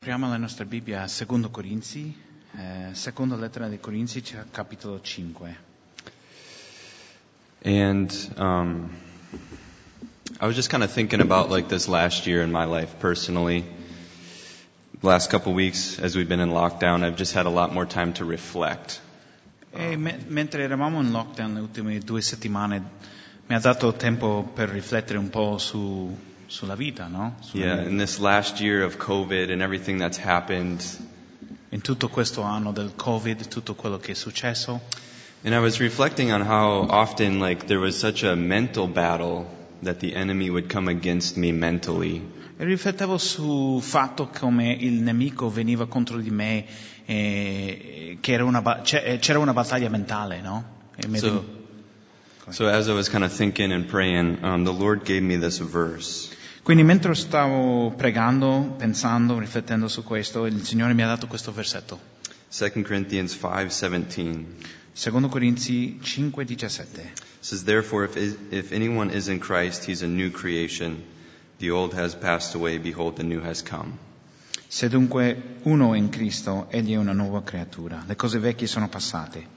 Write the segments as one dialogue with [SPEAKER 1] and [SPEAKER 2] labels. [SPEAKER 1] Apriamo la nostra Bibbia a 2 Corinzi, eh, seconda lettera dei Corinzi, c- capitolo 5.
[SPEAKER 2] And um, I was just kind of thinking about like this last year in my life personally. Last couple weeks, as we've been in lockdown, I've just had a lot more time to reflect.
[SPEAKER 1] E me- mentre eravamo in lockdown le ultime due settimane mi ha dato tempo per riflettere un po' su, sulla vita, no? Sulla
[SPEAKER 2] Yeah,
[SPEAKER 1] vita.
[SPEAKER 2] in this last year of COVID and everything that's happened.
[SPEAKER 1] In tutto questo anno del Covid, tutto quello che è successo.
[SPEAKER 2] And I was reflecting on how often like there was such a mental battle that the enemy would come against me mentally.
[SPEAKER 1] E riflettevo sul fatto come il nemico veniva contro di me, eh, che era una ba- c'è- c'era una battaglia mentale, no? E mi-
[SPEAKER 2] So, so as I was kind of thinking and praying, um, the Lord gave me this verse.
[SPEAKER 1] Quindi mentre stavo pregando, pensando, riflettendo su questo, il Signore mi ha dato questo versetto.
[SPEAKER 2] 2 Corinthians 5:17
[SPEAKER 1] Secondo Corinzi 5:17.
[SPEAKER 2] says therefore if if anyone is in Christ he's a new creation the old has passed away behold the new has come.
[SPEAKER 1] Se dunque uno è in Cristo, egli è una nuova creatura. Le cose vecchie sono passate.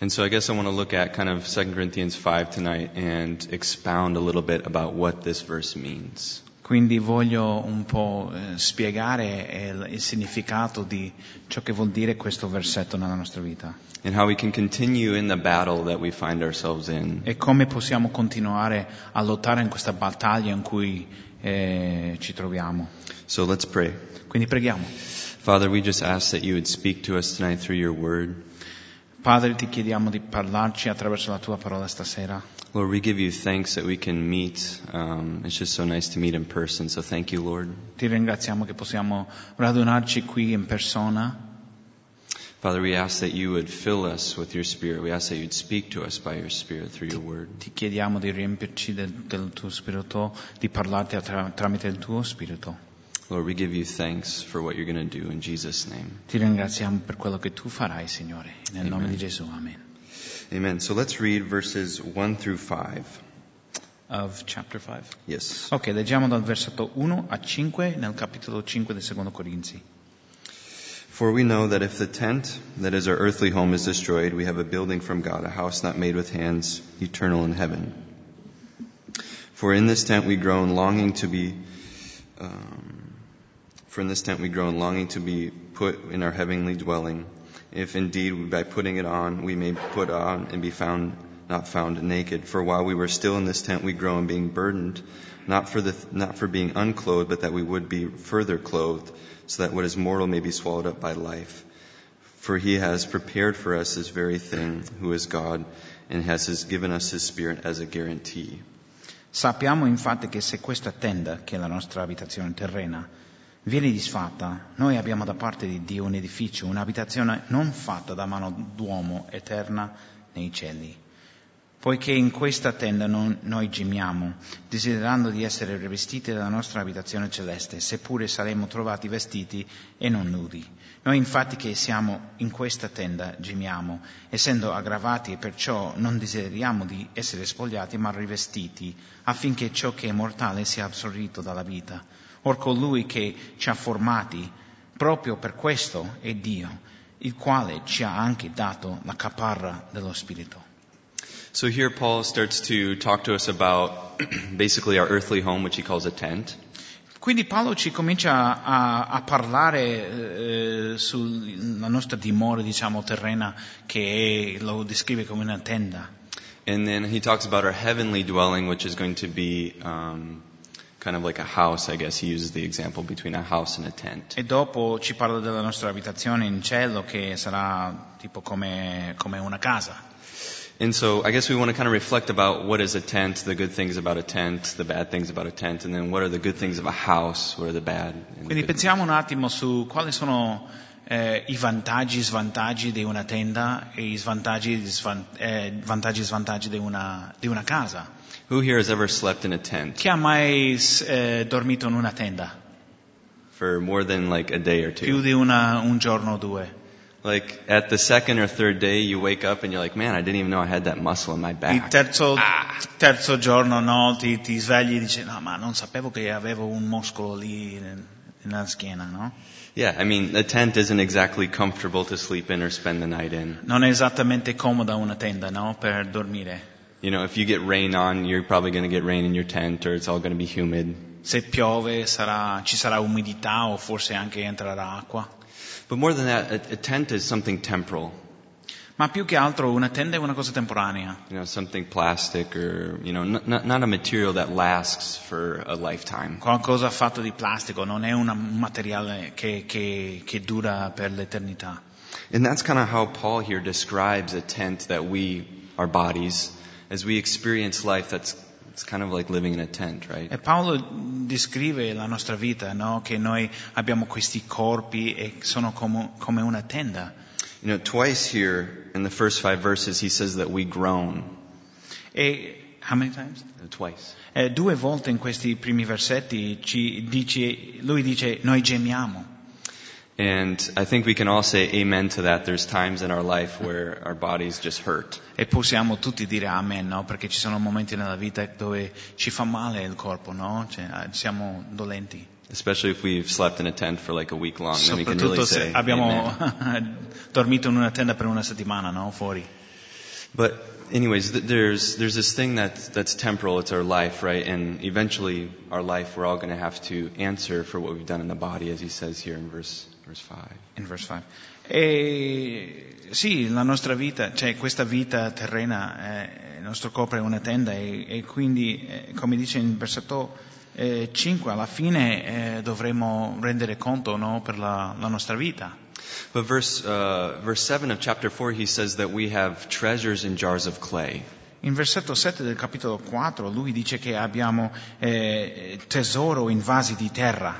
[SPEAKER 2] And so I guess I want to look at kind of 2 Corinthians 5 tonight and expound a little bit about what this verse means.
[SPEAKER 1] Quindi voglio un po' eh, spiegare eh, il, il significato di ciò che vuol dire questo versetto nella nostra vita
[SPEAKER 2] and how we can continue in the battle that we find ourselves in.
[SPEAKER 1] e come possiamo continuare a lottare in questa battaglia in cui eh, ci troviamo.
[SPEAKER 2] So let's pray.
[SPEAKER 1] Quindi preghiamo.
[SPEAKER 2] Father, we just ask that you would speak to us tonight through your word.
[SPEAKER 1] Padre, ti chiediamo di parlarci attraverso la tua parola stasera.
[SPEAKER 2] Lord, we give you thanks that we can meet. Um, it's just so nice to meet in person. So thank you, Lord.
[SPEAKER 1] Ti ringraziamo che possiamo radunarci qui in persona.
[SPEAKER 2] Father, we ask that you would fill us with your spirit. We ask that you'd speak to us by your spirit through your word.
[SPEAKER 1] Ti chiediamo di riempirci del, del tuo spirito, di parlarti attra- tramite il tuo spirito.
[SPEAKER 2] Lord, we give you thanks for what you're going to do in Jesus' name.
[SPEAKER 1] Ti ringraziamo per quello che tu farai, Signore. Nel nome
[SPEAKER 2] Amen.
[SPEAKER 1] di Gesù, amen.
[SPEAKER 2] Amen. So let's read verses 1 through 5.
[SPEAKER 1] Of chapter 5.
[SPEAKER 2] Yes.
[SPEAKER 1] Ok, leggiamo dal versetto 1 a 5 nel capitolo 5 del secondo Corinzi.
[SPEAKER 2] For we know that if the tent that is our earthly home is destroyed, we have a building from God, a house not made with hands, eternal in heaven. For in this tent we groan, longing to be, um, for in this tent we groan, longing to be put in our heavenly dwelling. If indeed by putting it on we may put on and be found not found naked. For while we were still in this tent we groan, being burdened, not for the not for being unclothed, but that we would be further clothed, so that what is mortal may be swallowed up by life. For he has prepared for us this very thing, who is God, and has has given us his spirit as a guarantee.
[SPEAKER 1] Sappiamo infatti che se questa tenda, che è la nostra abitazione terrena, viene disfatta, noi abbiamo da parte di Dio un edificio, un'abitazione non fatta da mano d'uomo, eterna nei cieli. Poiché in questa tenda non- noi gemiamo, desiderando di essere rivestiti della nostra abitazione celeste, seppure saremo trovati vestiti e non nudi. Noi infatti che siamo in questa tenda gemiamo, essendo aggravati e perciò non desideriamo di essere spogliati ma rivestiti, affinché ciò che è mortale sia assorbito dalla vita. Or colui che ci ha formati, proprio per questo è Dio, il quale ci ha anche dato la caparra dello Spirito.
[SPEAKER 2] So here Paul starts to talk to us about basically our earthly home, which he calls a tent.
[SPEAKER 1] Quindi Paolo ci comincia a, a parlare eh, sulla nostra dimora, diciamo, terrena, che è- lo descrive come una tenda.
[SPEAKER 2] And then he talks about our heavenly dwelling, which is going to be um, kind of like a house, I guess. He uses the example between a house and a tent.
[SPEAKER 1] E dopo ci parla della nostra abitazione in cielo, che sarà tipo come, come una casa.
[SPEAKER 2] And so I guess we want to kind of reflect about what is a tent, the good things about a tent, the bad things about a tent, and then what are the good things of a house, what are the bad. And the
[SPEAKER 1] Quindi
[SPEAKER 2] good.
[SPEAKER 1] pensiamo un attimo su quali sono eh, i vantaggi e svantaggi di una tenda e i svantaggi e svan- eh, vantaggi e svantaggi di una, di una casa.
[SPEAKER 2] Who here has ever slept in a tent
[SPEAKER 1] Chi ha mai s- eh, dormito in una tenda?
[SPEAKER 2] for more than like a day or two?
[SPEAKER 1] Più di una- un giorno o due?
[SPEAKER 2] Like at the second or third day, you wake up and you're like, man, I didn't even know I had that muscle in my
[SPEAKER 1] Il
[SPEAKER 2] back.
[SPEAKER 1] terzo, terzo giorno no, ti, ti svegli e dici no ma non sapevo che avevo un muscolo lì. nella schiena, no?
[SPEAKER 2] Yeah, I mean, a tent isn't exactly comfortable to sleep in or spend the night in.
[SPEAKER 1] Non è esattamente comoda una tenda, no? Per dormire.
[SPEAKER 2] You know, if you get rain on, you're probably going to get rain in your tent or it's all going to be humid.
[SPEAKER 1] Se piove sarà- ci sarà umidità o forse anche entrerà acqua.
[SPEAKER 2] But more than that, a, a tent is something temporal.
[SPEAKER 1] Ma più che altro una tenda è una cosa temporanea,
[SPEAKER 2] You know, something plastic or, you know, n- n- not a material that lasts for a lifetime.
[SPEAKER 1] qualcosa fatto di plastico, non è una- un materiale che, che- che dura per l'eternità.
[SPEAKER 2] And that's kind of how Paul here describes a tent that we, our bodies, as we experience life, that's, it's kind of like living in a tent, right?
[SPEAKER 1] E Paolo descrive la nostra vita, no? che noi abbiamo questi corpi e sono come, come una tenda.
[SPEAKER 2] You know, twice here in the first five verses, he says that we groan.
[SPEAKER 1] E how many times?
[SPEAKER 2] Twice.
[SPEAKER 1] Eh, due volte in questi primi versetti ci dice, lui dice noi gemiamo.
[SPEAKER 2] And I think we can all say amen to that. There's times in our life where our bodies just hurt.
[SPEAKER 1] E possiamo tutti dire amen, no? Perché ci sono momenti nella vita dove ci fa male il corpo, no? Cioè, eh, siamo dolenti.
[SPEAKER 2] Especially if we've slept in a tent for like a week long, then we can really
[SPEAKER 1] Soprattutto
[SPEAKER 2] say
[SPEAKER 1] se
[SPEAKER 2] amen.
[SPEAKER 1] abbiamo dormito in una tenda per una settimana, no? Fuori.
[SPEAKER 2] But anyways, th- there's there's this thing that's that's temporal. It's our life, right? And eventually, our life, we're all going to have to answer for what we've done in the body, as he says here in verse verse five.
[SPEAKER 1] In verse 5. E sì, la nostra vita, cioè questa vita terrena, eh, il nostro corpo è una tenda e, e quindi, eh, come dice in versetto 5, alla fine eh, dovremo rendere conto no, per la, la nostra vita.
[SPEAKER 2] But verse uh, verse seven of chapter four, he says that we have treasures in jars of clay.
[SPEAKER 1] In versetto 7 del capitolo 4 lui dice che abbiamo eh, tesoro in vasi di terra.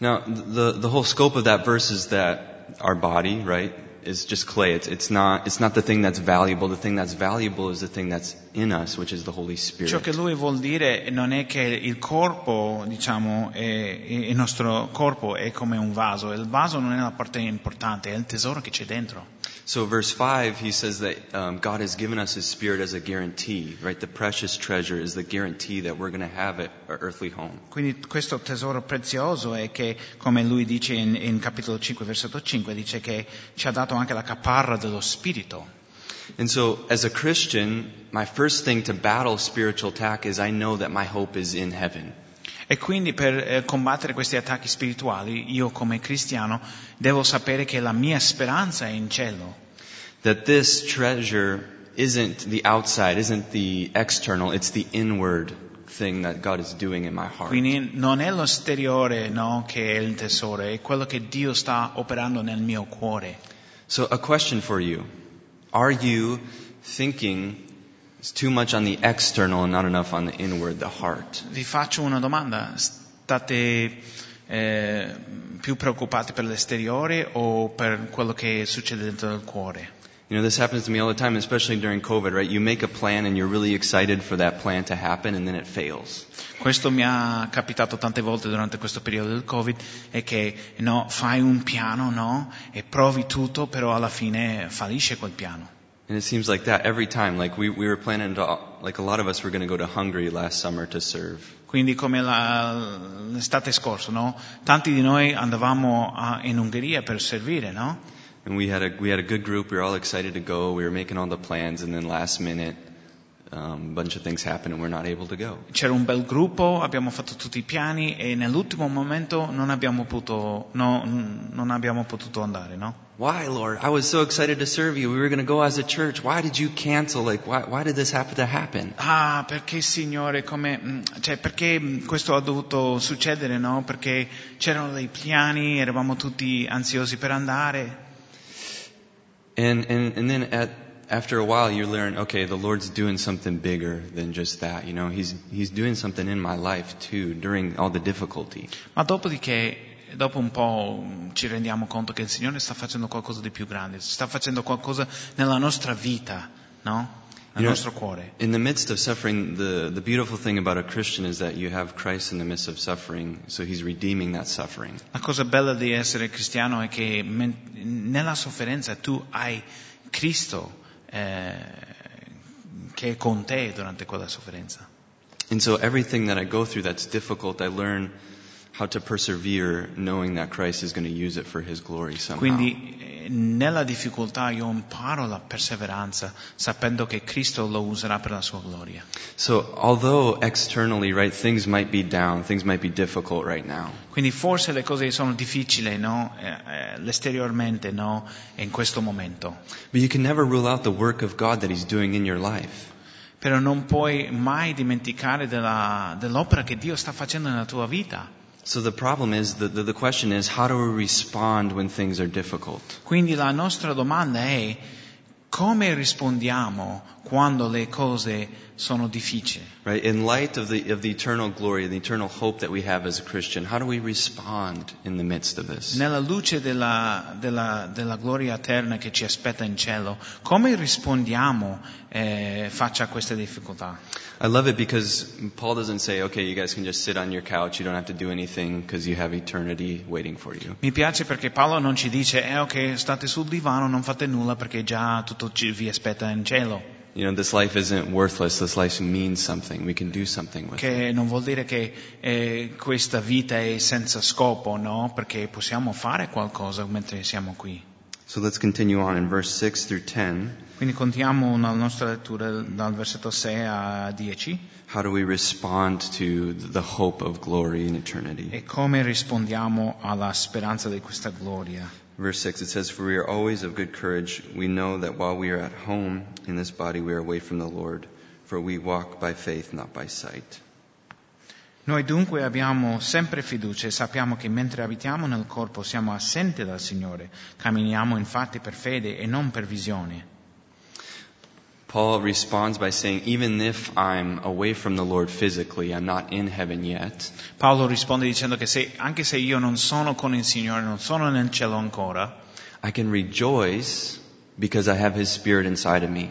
[SPEAKER 2] Now, the the whole scope of that verse is that our body, right, is just clay. It's it's not it's not the thing that's valuable. The thing that's valuable is the thing that's in us, which is the Holy Spirit.
[SPEAKER 1] Ciò che lui vuol dire non è che il corpo, diciamo, è- il nostro corpo è come un vaso, il vaso non è la parte importante, è il tesoro che c'è dentro.
[SPEAKER 2] So, verse 5, he says that um, God has given us his spirit as a guarantee, right? The precious treasure is the guarantee that we're going to have at our earthly home.
[SPEAKER 1] Quindi questo tesoro prezioso è che, come lui dice in, in capitolo 5, versetto 5, dice che ci ha dato anche la caparra dello spirito.
[SPEAKER 2] And so, as a Christian, my first thing to battle spiritual attack is I know that my hope is in heaven.
[SPEAKER 1] E quindi per eh, combattere questi attacchi spirituali, io come cristiano devo sapere che la mia speranza è in cielo.
[SPEAKER 2] That this treasure isn't the outside, isn't the external, it's the inward thing that God is doing in my heart.
[SPEAKER 1] Quindi non è l'esteriore no, che è il tesoro, è quello che Dio sta operando nel mio cuore.
[SPEAKER 2] So, a question for you Are you thinking it's too much on the external and not enough on the inward, the heart?
[SPEAKER 1] Vi faccio una domanda, state eh, più preoccupati per l'esteriore o per quello che succede dentro il cuore?
[SPEAKER 2] You know, this happens to me all the time, especially during COVID, right? You make a plan and you're really excited for that plan to happen and then it fails.
[SPEAKER 1] Questo mi è capitato tante volte durante questo periodo del Covid, è che no, fai un piano, no? E provi tutto, però alla fine fallisce quel piano.
[SPEAKER 2] And it seems like that every time. Like we, we were planning to, like a lot of us were going to go to Hungary last summer to serve.
[SPEAKER 1] Quindi come la- l'estate scorsa, no? Tanti di noi andavamo a- in Ungheria per servire, no?
[SPEAKER 2] And we had a, we had a good group. We were all excited to go. We were making all the plans and then last minute, um, a bunch of things happen and we're not able to go.
[SPEAKER 1] C'era un bel gruppo, abbiamo fatto tutti i piani e nell'ultimo momento non abbiamo potuto, no, n- non abbiamo potuto andare, no?
[SPEAKER 2] Why, Lord? I was so excited to serve you. We were going to go as a church. Why did you cancel? Like, why, why did this happen to happen?
[SPEAKER 1] Ah, perché Signore, come, mm, cioè, perché mm, questo ha dovuto succedere, no? Perché c'erano dei piani, eravamo tutti ansiosi per andare.
[SPEAKER 2] And and and then at after a while you learn, okay, the Lord's doing something bigger than just that. You know, He's He's doing something in my life too during all the difficulty.
[SPEAKER 1] Ma dopodiché, dopo un po' mm, ci rendiamo conto che il Signore sta facendo qualcosa di più grande, sta facendo qualcosa nella nostra vita, no? Nel
[SPEAKER 2] Io-
[SPEAKER 1] nostro cuore.
[SPEAKER 2] In the midst of suffering, the, the beautiful thing about a Christian is that you have Christ in the midst of suffering, so he's redeeming that suffering.
[SPEAKER 1] La cosa bella di essere cristiano è che men- nella sofferenza tu hai Cristo eh, che è con te durante quella sofferenza.
[SPEAKER 2] And so everything that I go through that's difficult, I learn how to persevere knowing that Christ is going to use it for his glory somehow.
[SPEAKER 1] Quindi eh, nella difficoltà io imparo la perseveranza sapendo che Cristo lo userà per la sua gloria.
[SPEAKER 2] So although externally, right, things might be down, things might be difficult right now.
[SPEAKER 1] Quindi forse le cose sono difficili, no? Eh, eh, l'esteriormente, no? In questo momento.
[SPEAKER 2] But you can never rule out the work of God that He's doing in your life.
[SPEAKER 1] Però non puoi mai dimenticare della- dell'opera che Dio sta facendo nella tua vita.
[SPEAKER 2] So the problem is, the, the, the question is, how do we respond when things are difficult?
[SPEAKER 1] Quindi la nostra domanda è come rispondiamo quando le cose sono difficili?
[SPEAKER 2] Right? In light of the, of the eternal glory, the eternal hope that we have as a Christian, how do we respond in the midst of this?
[SPEAKER 1] Nella luce della, della- della gloria eterna che ci aspetta in cielo, come rispondiamo eh, faccia a queste difficoltà?
[SPEAKER 2] I love it because Paul doesn't say, okay, you guys can just sit on your couch, you don't have to do anything because you have eternity waiting for you.
[SPEAKER 1] Mi piace perché Paolo non ci dice, eh ok, state sul divano, non fate nulla perché già tutto ci- vi aspetta in cielo.
[SPEAKER 2] You know, this life isn't worthless, this life means something, we can do something with it.
[SPEAKER 1] Che non vuol dire che eh, questa vita è senza scopo, no? Perché possiamo fare qualcosa mentre siamo qui.
[SPEAKER 2] So let's continue on in verse 6 through 10.
[SPEAKER 1] Quindi continuiamo la nostra lettura dal versetto 6 a 10
[SPEAKER 2] How do we respond to the hope of glory in eternity?
[SPEAKER 1] e come rispondiamo alla speranza di questa gloria.
[SPEAKER 2] Verse 6 it says, For we are always of good courage. We know that while we are at home in this body, we are away from the Lord, for we walk by faith, not by sight.
[SPEAKER 1] Noi dunque abbiamo sempre fiducia e sappiamo che mentre abitiamo nel corpo siamo assenti dal Signore, camminiamo infatti per fede e non per visione.
[SPEAKER 2] Paul responds by saying, Even if I'm away from the Lord physically, I'm not in heaven yet,
[SPEAKER 1] Paolo risponde dicendo che se- anche se io non sono con il Signore, non sono nel cielo ancora,
[SPEAKER 2] I can rejoice because I have His Spirit inside of me.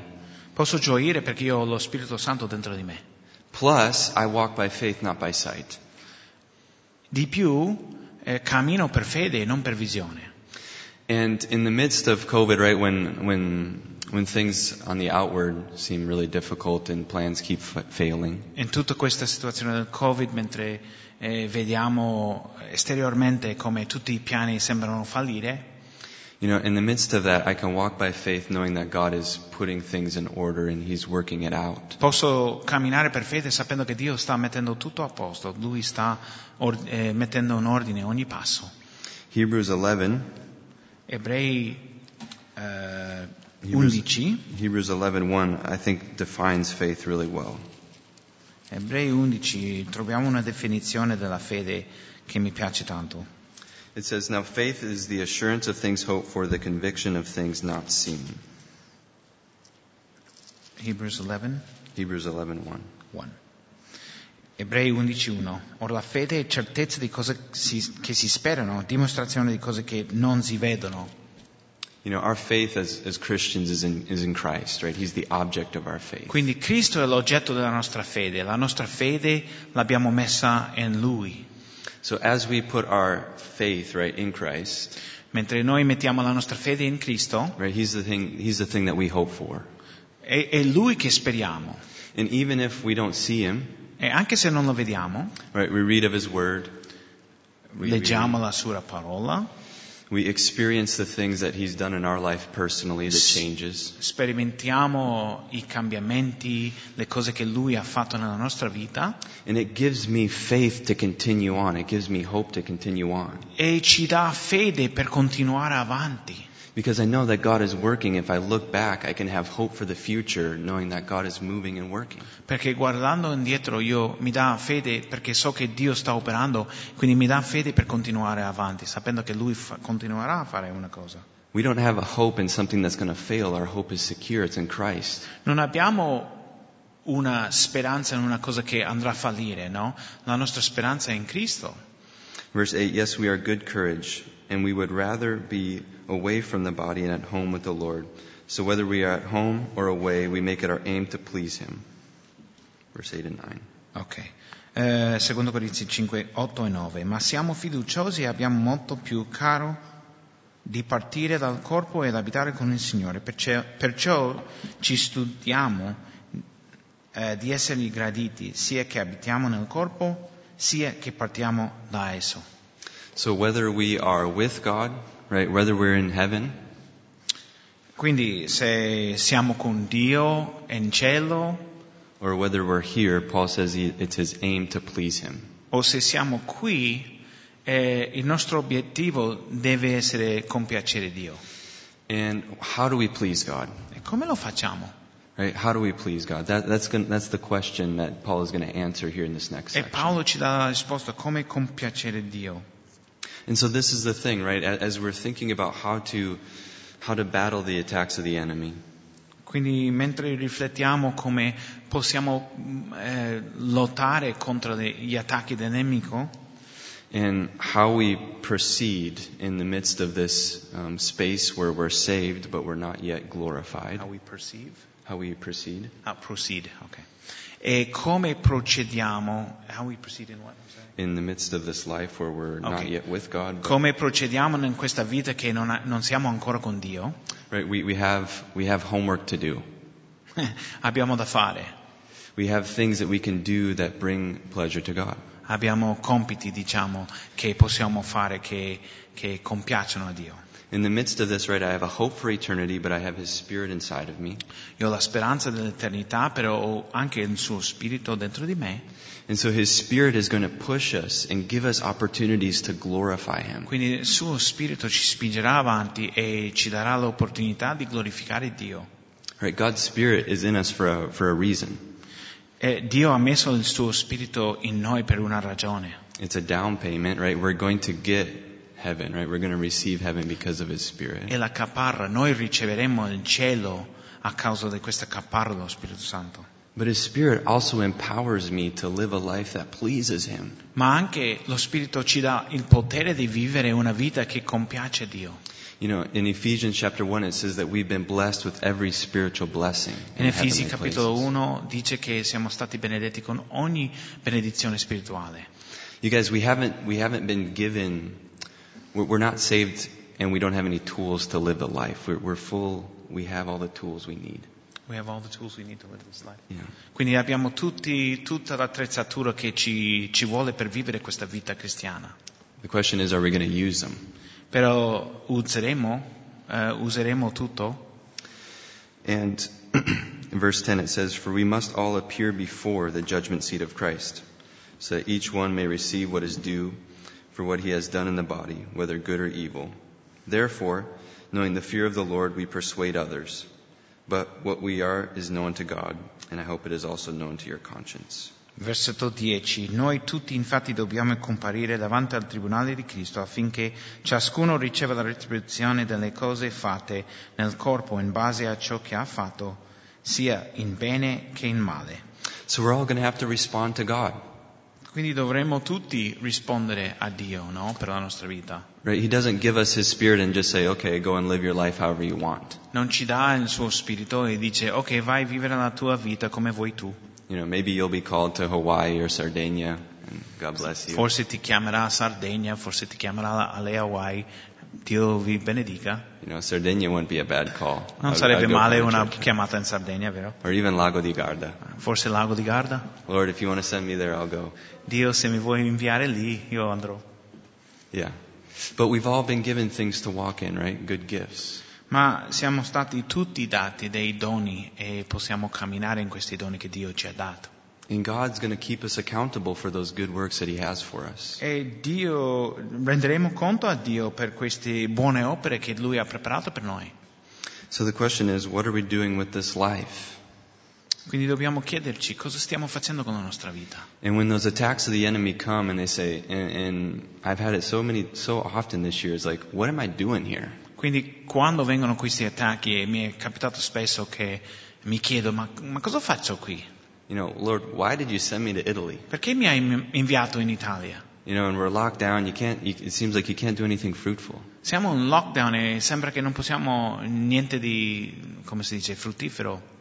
[SPEAKER 1] posso gioire perché io ho lo Spirito Santo dentro di me.
[SPEAKER 2] Plus, I walk by faith, not by sight.
[SPEAKER 1] Di più, eh, cammino per fede e non per visione.
[SPEAKER 2] And in the midst of COVID, right, when when when things on the outward seem really difficult and plans keep f- failing,
[SPEAKER 1] In tutta questa situazione del Covid, mentre eh, vediamo esteriormente come tutti i piani sembrano fallire,
[SPEAKER 2] you know, in the midst of that, I can walk by faith, knowing that God is putting things in order and He's working it out.
[SPEAKER 1] posso camminare per fede sapendo che Dio sta mettendo tutto a posto, Lui sta or- eh, mettendo in ordine ogni passo.
[SPEAKER 2] Hebrews 11,
[SPEAKER 1] Ebrei eh,
[SPEAKER 2] Hebrews-
[SPEAKER 1] 11,
[SPEAKER 2] Hebrews 11:1, I think defines faith really well.
[SPEAKER 1] Ebrei 11 troviamo una definizione della fede che mi piace tanto.
[SPEAKER 2] It says, "Now faith is the assurance of things hoped for, the conviction of things not seen."
[SPEAKER 1] Hebrews 11.
[SPEAKER 2] Hebrews 11:1.
[SPEAKER 1] 1. Ebrei 11.1 Ora la fede è certezza di cose si- che si sperano, dimostrazione di cose che non si vedono.
[SPEAKER 2] You know, our faith as, as Christians is in, is in Christ, right? He's the object of our faith.
[SPEAKER 1] Quindi Cristo è l'oggetto della nostra fede, la nostra fede l'abbiamo messa in Lui.
[SPEAKER 2] So as we put our faith right in Christ,
[SPEAKER 1] Mentre noi mettiamo la nostra fede in Cristo,
[SPEAKER 2] right, he's the thing he's the thing that we hope for.
[SPEAKER 1] è, è Lui che speriamo.
[SPEAKER 2] And even if we don't see him,
[SPEAKER 1] E anche se non lo vediamo,
[SPEAKER 2] right, we read of his word, we, we,
[SPEAKER 1] leggiamo la Sua parola,
[SPEAKER 2] we experience the things that he's done in our life personally, the changes.
[SPEAKER 1] sperimentiamo i cambiamenti, le cose che Lui ha fatto nella nostra vita
[SPEAKER 2] And it gives me faith to continue on. It gives me hope to continue on.
[SPEAKER 1] e ci dà fede per continuare avanti.
[SPEAKER 2] Because I know that God is working. If I look back, I can have hope for the future, knowing that God is moving and working.
[SPEAKER 1] Perché guardando indietro io mi dà fede perché so che Dio sta operando, quindi mi dà fede per continuare avanti, sapendo che Lui fa- continuerà a fare una cosa.
[SPEAKER 2] We don't have a hope in something that's going to fail. Our hope is secure. It's in Christ.
[SPEAKER 1] Non abbiamo una speranza in una cosa che andrà a fallire, no? La nostra speranza è in Cristo.
[SPEAKER 2] Verse 8 Yes, we are good courage, and we would rather be away from the body and at home with the Lord. So whether we are at home or away, we make it our aim to please Him. Verse 8 and 9.
[SPEAKER 1] Ok. Eh, secondo Corinzi 5, 8 e 9. Ma siamo fiduciosi e abbiamo molto più caro di partire dal corpo ed abitare con il Signore. Perciò, perciò ci studiamo eh, di essere graditi, sia che abitiamo nel corpo, sia che partiamo da esso.
[SPEAKER 2] So whether we are with God, right, whether we're in heaven,
[SPEAKER 1] Quindi se siamo con Dio in cielo
[SPEAKER 2] or whether we're here, Paul says he, it's his aim to please him.
[SPEAKER 1] o se siamo qui, eh, il nostro obiettivo deve essere compiacere Dio.
[SPEAKER 2] And how do we please God?
[SPEAKER 1] E come lo facciamo?
[SPEAKER 2] Right? How do we please God? That, that's, gonna, that's the question that Paul is going to answer here in this next
[SPEAKER 1] E
[SPEAKER 2] section.
[SPEAKER 1] Paolo ci dà la risposta come compiacere Dio.
[SPEAKER 2] And so this is the thing, right? A- As we're thinking about how to how to battle the attacks of the enemy,
[SPEAKER 1] Quindi mentre riflettiamo come possiamo mh, eh, lottare contro le- gli attacchi del nemico
[SPEAKER 2] and how we proceed in the midst of this um, space where we're saved but we're not yet glorified,
[SPEAKER 1] we perceive?
[SPEAKER 2] how we proceed,
[SPEAKER 1] Ah, proceed, ok. E come procediamo? How we proceed in what? I'm sorry.
[SPEAKER 2] in the midst of this life where we're not
[SPEAKER 1] Okay.
[SPEAKER 2] yet with God, but,
[SPEAKER 1] Come procediamo in questa vita che non, ha- non siamo ancora con Dio?
[SPEAKER 2] right? We, we have we have homework to do.
[SPEAKER 1] Abbiamo da fare,
[SPEAKER 2] We have things that we can do that bring pleasure to God.
[SPEAKER 1] abbiamo compiti, diciamo, che possiamo fare che, che compiacciono a Dio.
[SPEAKER 2] In the midst of this, right, I have a hope for eternity, but I have His Spirit inside of me.
[SPEAKER 1] Io ho la speranza dell'eternità, però ho anche il suo spirito dentro di me.
[SPEAKER 2] And so His Spirit is going to push us and give us opportunities to glorify Him.
[SPEAKER 1] Quindi il suo spirito ci spingerà avanti e ci darà l'opportunità di glorificare Dio.
[SPEAKER 2] Right? God's Spirit is in us for a, for a reason.
[SPEAKER 1] E Dio ha messo il suo spirito in noi per una ragione.
[SPEAKER 2] It's a down payment, right? We're going to get heaven, right? We're going to receive heaven because of His Spirit.
[SPEAKER 1] È la caparra, noi riceveremo il cielo a causa di questa caparra dello Spirito Santo.
[SPEAKER 2] But His Spirit also empowers me to live a life that pleases Him.
[SPEAKER 1] Ma anche lo Spirito ci dà il potere di vivere una vita che compiace Dio.
[SPEAKER 2] You know, in Ephesians chapter 1, it says that we've been blessed with every spiritual blessing.
[SPEAKER 1] In Efesi
[SPEAKER 2] heavenly
[SPEAKER 1] capitolo
[SPEAKER 2] places.
[SPEAKER 1] 1 dice che siamo stati benedetti con ogni benedizione spirituale.
[SPEAKER 2] You guys, we haven't we haven't been given. We're, we're not saved, and we don't have any tools to live the life. We're, we're full. We have all the tools we need.
[SPEAKER 1] We have all the tools we need to live this life.
[SPEAKER 2] You know?
[SPEAKER 1] Quindi abbiamo tutti, tutta l'attrezzatura che ci, ci vuole per vivere questa vita cristiana.
[SPEAKER 2] The question is, are we going to use them?
[SPEAKER 1] Però useremo, eh, useremo tutto.
[SPEAKER 2] And in verse ten it says, "For we must all appear before the judgment seat of Christ, so that each one may receive what is due for what he has done in the body, whether good or evil. Therefore, knowing the fear of the Lord, we persuade others." But what we are is known to God, and I hope it is also known to your conscience.
[SPEAKER 1] Versetto 10. Noi tutti infatti dobbiamo comparire davanti al Tribunale di Cristo affinché ciascuno riceva la retribuzione delle cose fatte nel corpo in base a ciò che ha fatto, sia in bene che in male.
[SPEAKER 2] So we're all going to have to respond to God,
[SPEAKER 1] Quindi dovremmo tutti rispondere a Dio, no? Per la nostra vita.
[SPEAKER 2] right? He doesn't give us His Spirit and just say, okay, go and live your life however you want.
[SPEAKER 1] non ci dà il suo spirito e dice ok vai a vivere la tua vita come vuoi tu
[SPEAKER 2] You know, maybe you'll be called to Hawaii or Sardinia, and God bless you.
[SPEAKER 1] forse ti chiamerà a Sardegna forse ti chiamerà alle Hawaii Dio vi benedica
[SPEAKER 2] You know, Sardinia wouldn't be a bad call.
[SPEAKER 1] non
[SPEAKER 2] I'd-
[SPEAKER 1] sarebbe
[SPEAKER 2] I'd go
[SPEAKER 1] male
[SPEAKER 2] for a
[SPEAKER 1] una
[SPEAKER 2] church.
[SPEAKER 1] chiamata in Sardegna vero?
[SPEAKER 2] Or even Lago di Garda.
[SPEAKER 1] forse Lago di Garda
[SPEAKER 2] Lord, if you want to send me there, I'll go.
[SPEAKER 1] Dio se mi vuoi inviare lì io andrò
[SPEAKER 2] Yeah. But we've all been given things to walk in, right? Good gifts.
[SPEAKER 1] ma siamo stati tutti dati dei doni e possiamo camminare in questi doni che Dio ci ha dato
[SPEAKER 2] And God's going to keep us accountable for those good works that He has for us.
[SPEAKER 1] e Dio renderemo conto a Dio per queste buone opere che Lui ha preparato per noi
[SPEAKER 2] So the question is, what are we doing with this life?
[SPEAKER 1] Quindi dobbiamo chiederci cosa stiamo facendo con la nostra vita.
[SPEAKER 2] And when those attacks of the enemy come and they say, and, and I've had it so many, so often this year, it's like, what am I doing here?
[SPEAKER 1] Quindi quando vengono questi attacchi, e mi è capitato spesso che mi chiedo ma, ma cosa faccio qui?
[SPEAKER 2] You know, Lord, why did you send me to Italy?
[SPEAKER 1] Perché mi hai im- inviato in Italia?
[SPEAKER 2] You know, and we're locked down. You can't, you, it seems like you can't do anything fruitful.
[SPEAKER 1] Siamo in lockdown e sembra che non possiamo niente di, come si dice, fruttifero.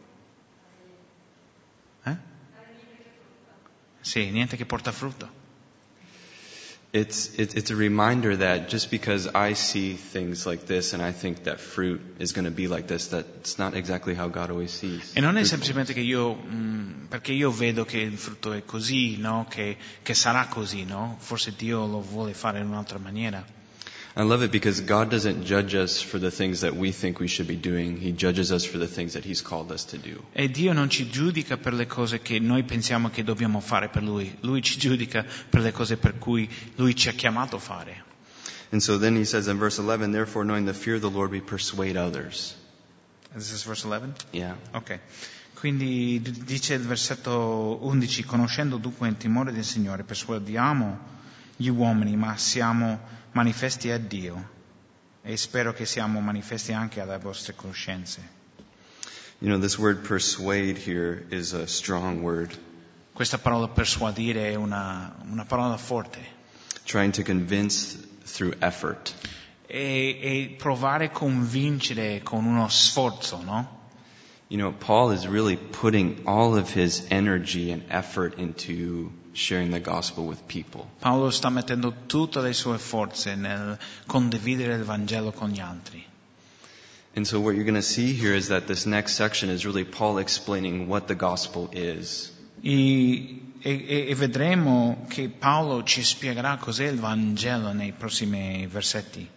[SPEAKER 1] Eh? Sì, niente che porta frutto.
[SPEAKER 2] it's it, it's a reminder that just because I see things like this and I think that fruit is going to be like this, that's not exactly how God always sees.
[SPEAKER 1] E non è
[SPEAKER 2] fruitfulness.
[SPEAKER 1] semplicemente che io, mh, perché io vedo che il frutto è così, no? che, che sarà così, no? forse Dio lo vuole fare in un'altra maniera.
[SPEAKER 2] I love it because God doesn't judge us for the things that we think we should be doing. He judges us for the things that He's called us to do.
[SPEAKER 1] E Dio non ci giudica per le cose che noi pensiamo che dobbiamo fare per Lui, Lui ci giudica per le cose per cui Lui ci ha chiamato a fare.
[SPEAKER 2] And so then He says in verse 11, therefore, knowing the fear of the Lord, we persuade others.
[SPEAKER 1] This is verse 11?
[SPEAKER 2] Yeah.
[SPEAKER 1] Ok. Quindi d- dice il versetto 11, conoscendo dunque il timore del Signore, persuadiamo gli uomini, ma siamo manifesti a Dio. E spero che siamo manifesti anche alle vostre conoscenze.
[SPEAKER 2] You know, this word persuade here is a strong word,
[SPEAKER 1] Questa parola persuadire è una, una parola forte.
[SPEAKER 2] trying to convince through effort.
[SPEAKER 1] E, e provare a convincere con uno sforzo, no?
[SPEAKER 2] You know, Paul is really putting all of his energy and effort into sharing the gospel with people.
[SPEAKER 1] Paolo sta mettendo tutte le sue forze nel condividere il Vangelo con gli altri.
[SPEAKER 2] And so what you're going to see here is that this next section is really Paul explaining what the gospel is.
[SPEAKER 1] E, e- e vedremo che Paolo ci spiegherà cos'è il Vangelo nei prossimi versetti.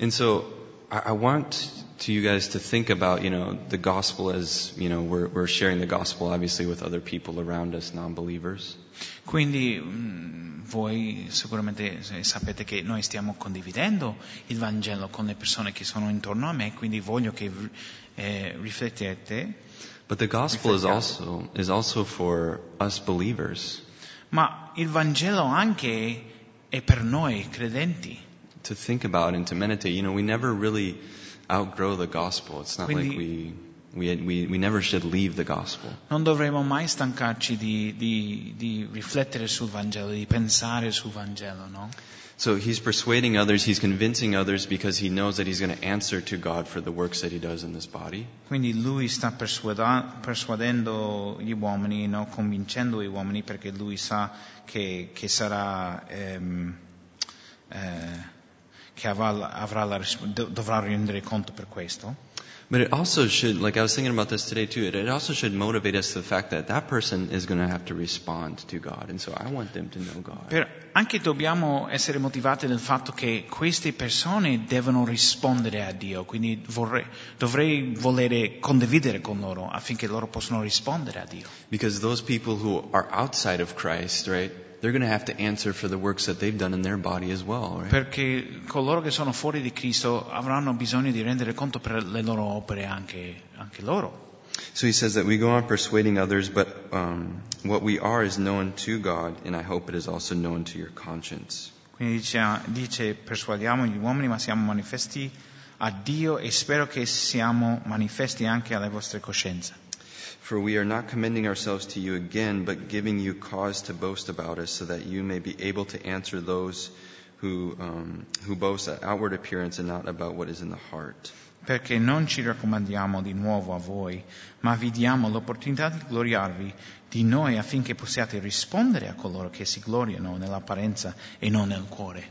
[SPEAKER 2] And so I, I want to you guys to think about, you know, the gospel as, you know, we're, we're sharing the gospel obviously with other people around us, non-believers.
[SPEAKER 1] Quindi mm, voi sicuramente s- sapete che noi stiamo condividendo il Vangelo con le persone che sono intorno a me, quindi voglio che eh, riflettete.
[SPEAKER 2] But the gospel is
[SPEAKER 1] Riflettiamo.
[SPEAKER 2] also, is also for us believers
[SPEAKER 1] Ma il Vangelo anche è per noi credenti.
[SPEAKER 2] to think about and to meditate. You know, we never really outgrow the gospel. It's not
[SPEAKER 1] Quindi-
[SPEAKER 2] like we, we, we, we never should leave the gospel.
[SPEAKER 1] Non dovremmo mai stancarci di, di- di riflettere sul Vangelo, di pensare sul Vangelo, no?
[SPEAKER 2] So he's persuading others, he's convincing others because he knows that he's going to answer to God for the works that he does in this body.
[SPEAKER 1] Quindi lui sta persuada- persuadendo gli uomini, no? convincendo gli uomini perché lui sa che, che sarà, ehm, eh, che avrà, avrà la ris- dov- dovrà rendere conto per questo.
[SPEAKER 2] But it also should, like I was thinking about this today too, it, it also should motivate us to the fact that that person is going to have to respond to God. And so I want them to know God.
[SPEAKER 1] Però anche dobbiamo essere motivati dal fatto che queste persone devono rispondere a Dio, quindi vorrei- dovrei volere condividere con loro affinché loro possano rispondere a Dio.
[SPEAKER 2] Because those people who are outside of Christ, right, they're going to have to answer for the works that they've done in their body as well, right?
[SPEAKER 1] Perché coloro che sono fuori di Cristo avranno bisogno di rendere conto per le loro opere anche, anche loro.
[SPEAKER 2] So he says that we go on persuading others, but um, what we are is known to God, and I hope it is also known to your conscience.
[SPEAKER 1] Quindi dice, dice, persuadiamo gli uomini ma siamo manifesti a Dio e spero che siamo manifesti anche alle vostre coscienze.
[SPEAKER 2] For we are not commending ourselves to you again, but giving you cause to boast about us, so that you may be able to answer those who, um, who boast at outward appearance and not about what is in the heart.
[SPEAKER 1] Perché non ci raccomandiamo di nuovo a voi, ma vi diamo l'opportunità di gloriarvi di noi affinché possiate rispondere a coloro che si gloriano nell'apparenza e non nel cuore.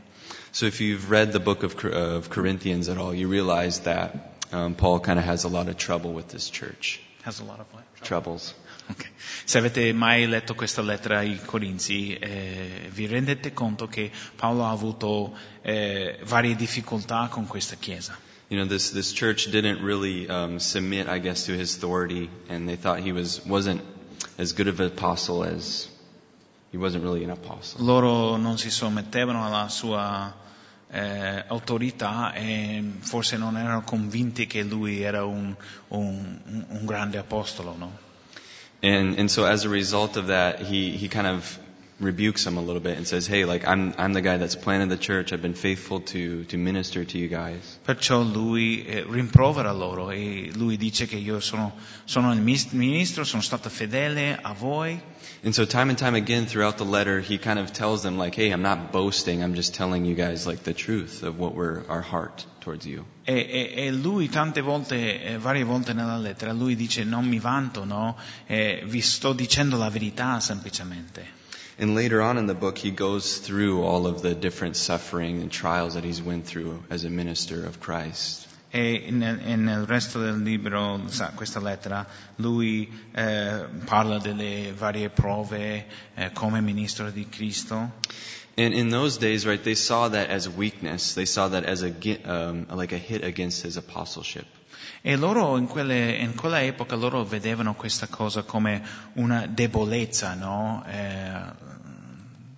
[SPEAKER 2] So if you've read the book of, Cor- of Corinthians at all, you realize that um, Paul kind of has a lot of trouble with this church.
[SPEAKER 1] Has a lot of light.
[SPEAKER 2] Troubles.
[SPEAKER 1] Ok. Se avete mai letto questa lettera ai Corinzi, eh, vi rendete conto che Paolo ha avuto eh, varie difficoltà con questa chiesa.
[SPEAKER 2] You know, this, this church didn't really um, submit, I guess, to his authority, and they thought he was, wasn't as good of an apostle as, he wasn't really an apostle.
[SPEAKER 1] Loro non si sommettevano alla sua eh, autorità e forse non erano convinti che lui era un, un- un- un grande apostolo, no?
[SPEAKER 2] And and so as a result of that, he he kind of rebukes him a little bit and says, "Hey, like I'm I'm the guy that's planted the church. I've been faithful to to minister to you guys."
[SPEAKER 1] Perciò lui eh, rimprovera loro e lui dice che io sono, sono il mis- ministro, sono stato fedele a voi,
[SPEAKER 2] And so time and time again throughout the letter, he kind of tells them like, "Hey, I'm not boasting. I'm just telling you guys like the truth of what we're our heart towards you."
[SPEAKER 1] E, e- e lui tante volte, eh, varie volte nella lettera, lui dice non mi vanto, no? Eh, vi sto dicendo la verità semplicemente.
[SPEAKER 2] And later on in the book, he goes through all of the different suffering and trials that he's went through as a minister of Christ.
[SPEAKER 1] E nel, e nel resto del libro, sa, questa lettera, lui eh, parla delle varie prove eh, come ministro di Cristo.
[SPEAKER 2] And in those days, right, they saw that as weakness. They saw that as a gi- um, like a hit against his apostleship.
[SPEAKER 1] E loro in, quelle- in quella epoca loro vedevano questa cosa come una debolezza no? Eh,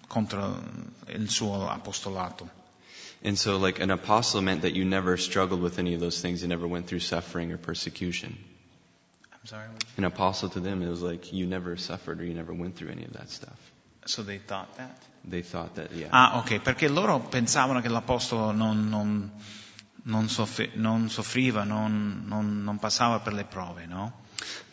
[SPEAKER 1] contro il suo apostolato.
[SPEAKER 2] And so, like an apostle meant that you never struggled with any of those things. You never went through suffering or persecution.
[SPEAKER 1] I'm sorry.
[SPEAKER 2] An apostle to them, it was like you never suffered or you never went through any of that stuff.
[SPEAKER 1] So they thought that.
[SPEAKER 2] They thought that, yeah.
[SPEAKER 1] Ah, ok, perché loro pensavano che l'apostolo non, non- non soffri- non soffriva, non, non- non passava per le prove, no?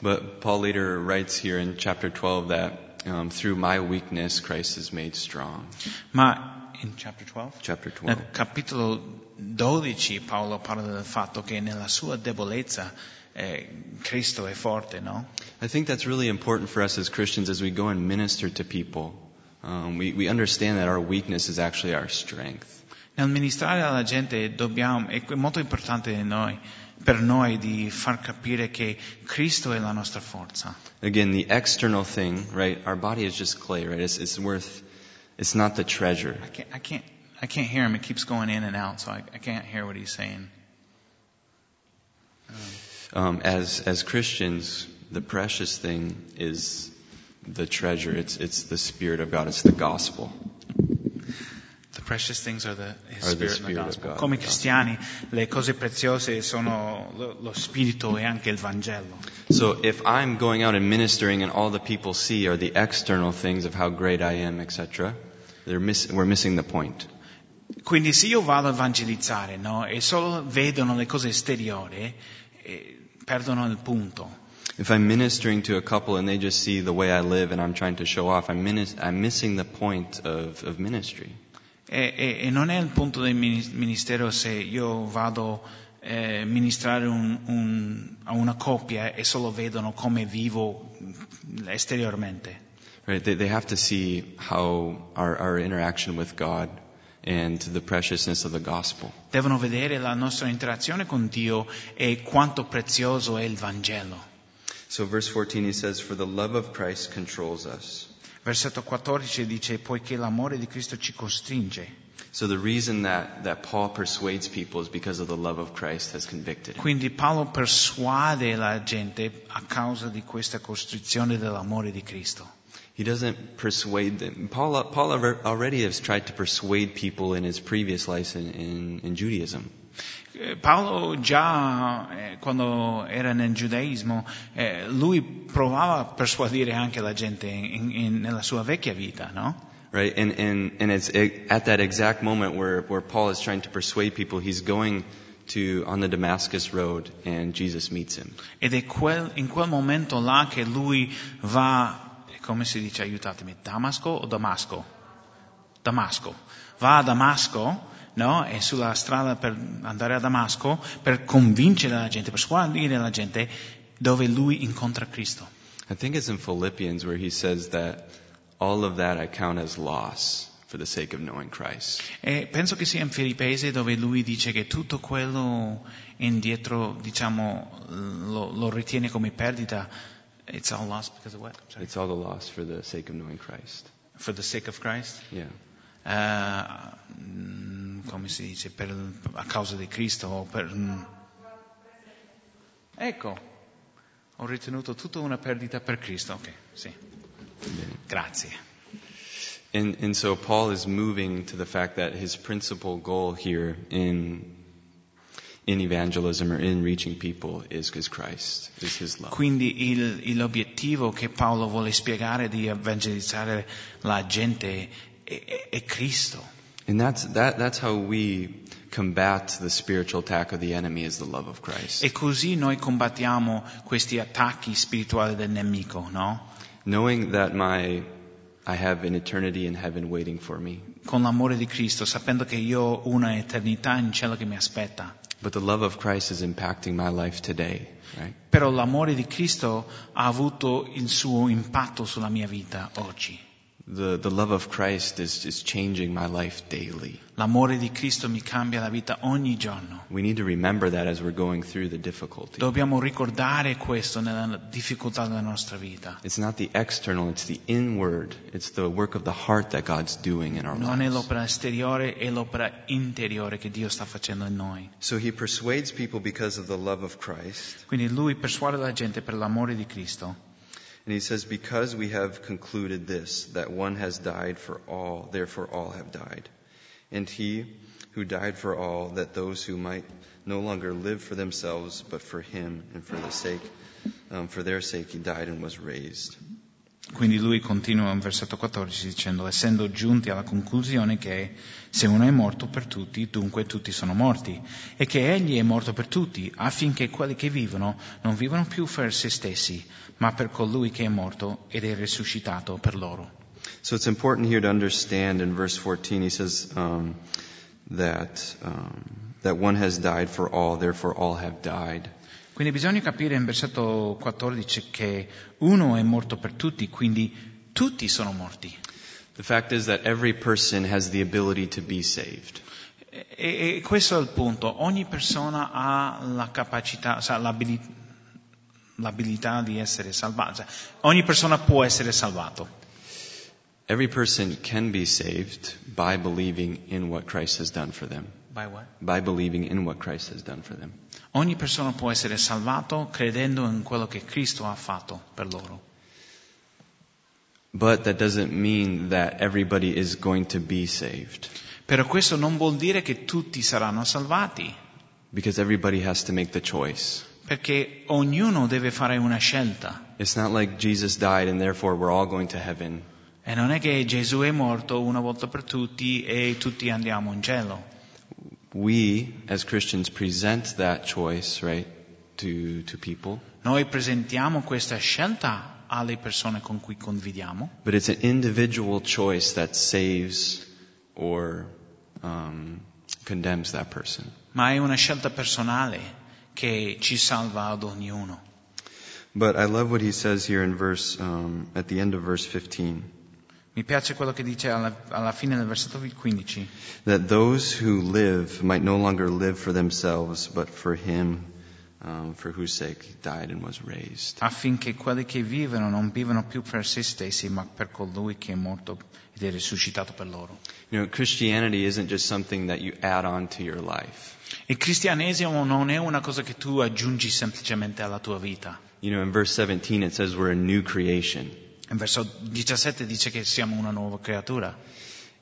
[SPEAKER 2] But Paul later writes here in chapter 12 that um, through my weakness, Christ is made strong.
[SPEAKER 1] Ma in chapter 12?
[SPEAKER 2] Chapter 12.
[SPEAKER 1] Nel capitolo 12 Paolo parla del fatto che nella sua debolezza eh, Cristo è forte, no?
[SPEAKER 2] I think that's really important for us as Christians as we go and minister to people. Um, we, we understand that our weakness is actually our strength.
[SPEAKER 1] Nel ministrare alla gente dobbiamo, è molto importante di noi- per noi di far capire che Cristo è la nostra forza.
[SPEAKER 2] Again, the external thing, right? Our body is just clay, right? It's, it's worth, it's not the treasure.
[SPEAKER 1] I can't, I can't, I can't hear him. It keeps going in and out, so I, I can't hear what he's saying.
[SPEAKER 2] Um, as, as Christians, the precious thing is the treasure. It's, it's the Spirit of God. It's the gospel.
[SPEAKER 1] The precious things are the, his
[SPEAKER 2] Are
[SPEAKER 1] spirit, and
[SPEAKER 2] the
[SPEAKER 1] the
[SPEAKER 2] spirit of
[SPEAKER 1] gospel.
[SPEAKER 2] God.
[SPEAKER 1] Come cristiani, le cose preziose sono lo, lo spirito e anche il Vangelo.
[SPEAKER 2] So if I'm going out and ministering and all the people see are the external things of how great I am, etc., they're miss, we're missing the point.
[SPEAKER 1] Quindi se io vado a evangelizzare, no, e solo vedono le cose esteriori, eh, perdono il punto.
[SPEAKER 2] If I'm ministering to a couple and they just see the way I live and I'm trying to show off, I'm, minis- I'm missing the point of, of ministry.
[SPEAKER 1] E, e- e non è il punto del mini- ministero se io vado eh, ministrare un- un- a una coppia e solo vedono come vivo mm, esteriormente.
[SPEAKER 2] Right? They, they have to see how our, our interaction with God and the preciousness of the gospel.
[SPEAKER 1] Devono vedere la nostra interazione con Dio e quanto prezioso è il Vangelo.
[SPEAKER 2] So verse 14, he says, For the love of Christ controls us.
[SPEAKER 1] Versetto 14 dice, poiché l'amore di Cristo ci costringe.
[SPEAKER 2] So the reason that, that Paul persuades people is because of the love of Christ has convicted him.
[SPEAKER 1] Quindi Paolo persuade la gente a causa di questa costrizione dell'amore di Cristo.
[SPEAKER 2] He doesn't persuade them. Paul, Paul alre- already has tried to persuade people in his previous life in, in, in Judaism.
[SPEAKER 1] Eh, Paolo già eh, quando era nel giudaismo, eh, lui provava a persuadere anche la gente in- in- nella sua vecchia vita, no?
[SPEAKER 2] Right, and and and it's it, at that exact moment where where Paul is trying to persuade people, he's going to on the Damascus road, and Jesus meets him.
[SPEAKER 1] Ed è quel- in quel momento là che lui va, come si dice, aiutatemi, Damasco o Damasco? Damasco. Va a Damasco, no? È sulla strada per andare a Damasco per convincere la gente, persuadere la gente dove lui incontra Cristo.
[SPEAKER 2] I think it's in Philippians where he says that all of that I count as loss for the sake of knowing Christ.
[SPEAKER 1] E penso che sia in Filippesi dove lui dice che tutto quello indietro, diciamo, lo, lo ritiene come perdita. It's all lost because of what? Sorry.
[SPEAKER 2] It's all the loss for the sake of knowing Christ.
[SPEAKER 1] For the sake of Christ.
[SPEAKER 2] Yeah.
[SPEAKER 1] Eh, mm, come si dice, per, a causa di Cristo. o per- mm. Ecco, ho ritenuto tutta una perdita per Cristo. Ok, sì. Grazie.
[SPEAKER 2] And and so Paul is moving to the fact that his principal goal here in in evangelism or in reaching people is is Christ, is his love.
[SPEAKER 1] Quindi il- il- l'obiettivo che Paolo vuole spiegare di evangelizzare la gente è, è- è Cristo.
[SPEAKER 2] And that's that that's how we combat the spiritual attack of the enemy is the love of Christ.
[SPEAKER 1] E così noi combattiamo questi attacchi spirituali del nemico, no?
[SPEAKER 2] Knowing that my I have an eternity in heaven waiting for me.
[SPEAKER 1] Con l'amore di Cristo, sapendo che io ho una eternità in cielo che mi aspetta.
[SPEAKER 2] But the love of Christ is impacting my life today, right?
[SPEAKER 1] Però l'amore di Cristo ha avuto il suo impatto sulla mia vita oggi.
[SPEAKER 2] The, the love of Christ is, is changing my life daily.
[SPEAKER 1] L'amore di Cristo mi cambia la vita ogni giorno.
[SPEAKER 2] We need to remember that as we're going through the difficulty.
[SPEAKER 1] Dobbiamo ricordare questo nella difficoltà della nostra vita.
[SPEAKER 2] It's not the external, it's the inward. It's the work of the heart that God's doing in our
[SPEAKER 1] Non è
[SPEAKER 2] lives.
[SPEAKER 1] l'opera esteriore, è l'opera interiore che Dio sta facendo in noi.
[SPEAKER 3] So he persuades people because of the love of Christ.
[SPEAKER 1] Quindi lui persuade la gente per l'amore di Cristo.
[SPEAKER 3] And he says, Because we have concluded this, that one has died for all, therefore all have died. And he who died for all, that those who might no longer live for themselves, but for him and for the sake, um, for their sake he died and was raised.
[SPEAKER 1] Quindi lui continua in versetto 14 dicendo, essendo giunti alla conclusione che se uno è morto per tutti, dunque tutti sono morti, e che egli è morto per tutti, affinché quelli che vivono non vivano più per se stessi, ma per colui che è morto ed è risuscitato per loro.
[SPEAKER 3] So it's important here to understand in verse 14, he says um, that, um, that one has died for all, therefore all have died.
[SPEAKER 1] Quindi bisogna capire in versetto 14 che uno è morto per tutti, quindi tutti sono morti.
[SPEAKER 2] The fact is that every person has the ability to be saved.
[SPEAKER 1] E, e questo è il punto, ogni persona ha la capacità, sa, l'abili- l'abilità di essere salvata, Cioè, ogni persona può essere salvato.
[SPEAKER 2] Every person can be saved by believing in what Christ has done for them. By believing in what Christ has done for them.
[SPEAKER 1] Ogni persona può essere salvato credendo in quello che Cristo ha fatto per loro.
[SPEAKER 2] But that doesn't mean that everybody is going to be saved.
[SPEAKER 1] Però questo non vuol dire che tutti saranno salvati,
[SPEAKER 2] Because everybody has to make the choice.
[SPEAKER 1] perché ognuno deve fare una scelta.
[SPEAKER 2] It's not like Jesus died and therefore we're all going to heaven.
[SPEAKER 1] E non è che Gesù è morto una volta per tutti e tutti andiamo in cielo.
[SPEAKER 2] We, as Christians, present that choice, right, to, to people.
[SPEAKER 1] Noi presentiamo questa scelta alle persone con cui conviviamo,
[SPEAKER 2] But it's an individual choice that saves or um, condemns that person.
[SPEAKER 1] ma è una scelta personale che ci salva ad ognuno.
[SPEAKER 3] But I love what he says here in verse, um, at the end of verse 15.
[SPEAKER 1] Mi piace quello che dice alla, alla fine del versetto 15.
[SPEAKER 3] that those who live might no longer live for themselves, but for him um, for whose sake he died and was raised.
[SPEAKER 1] Affinché quelli che vivono non vivano più per se stessi, ma per colui che è morto ed è risuscitato per loro.
[SPEAKER 2] You know, Christianity isn't just something that you add on to your life.
[SPEAKER 1] Il cristianesimo non è una cosa che tu aggiungi semplicemente alla tua vita.
[SPEAKER 2] You know, in verse 17 it says we're a new creation.
[SPEAKER 1] In verso 17 dice che siamo una nuova creatura.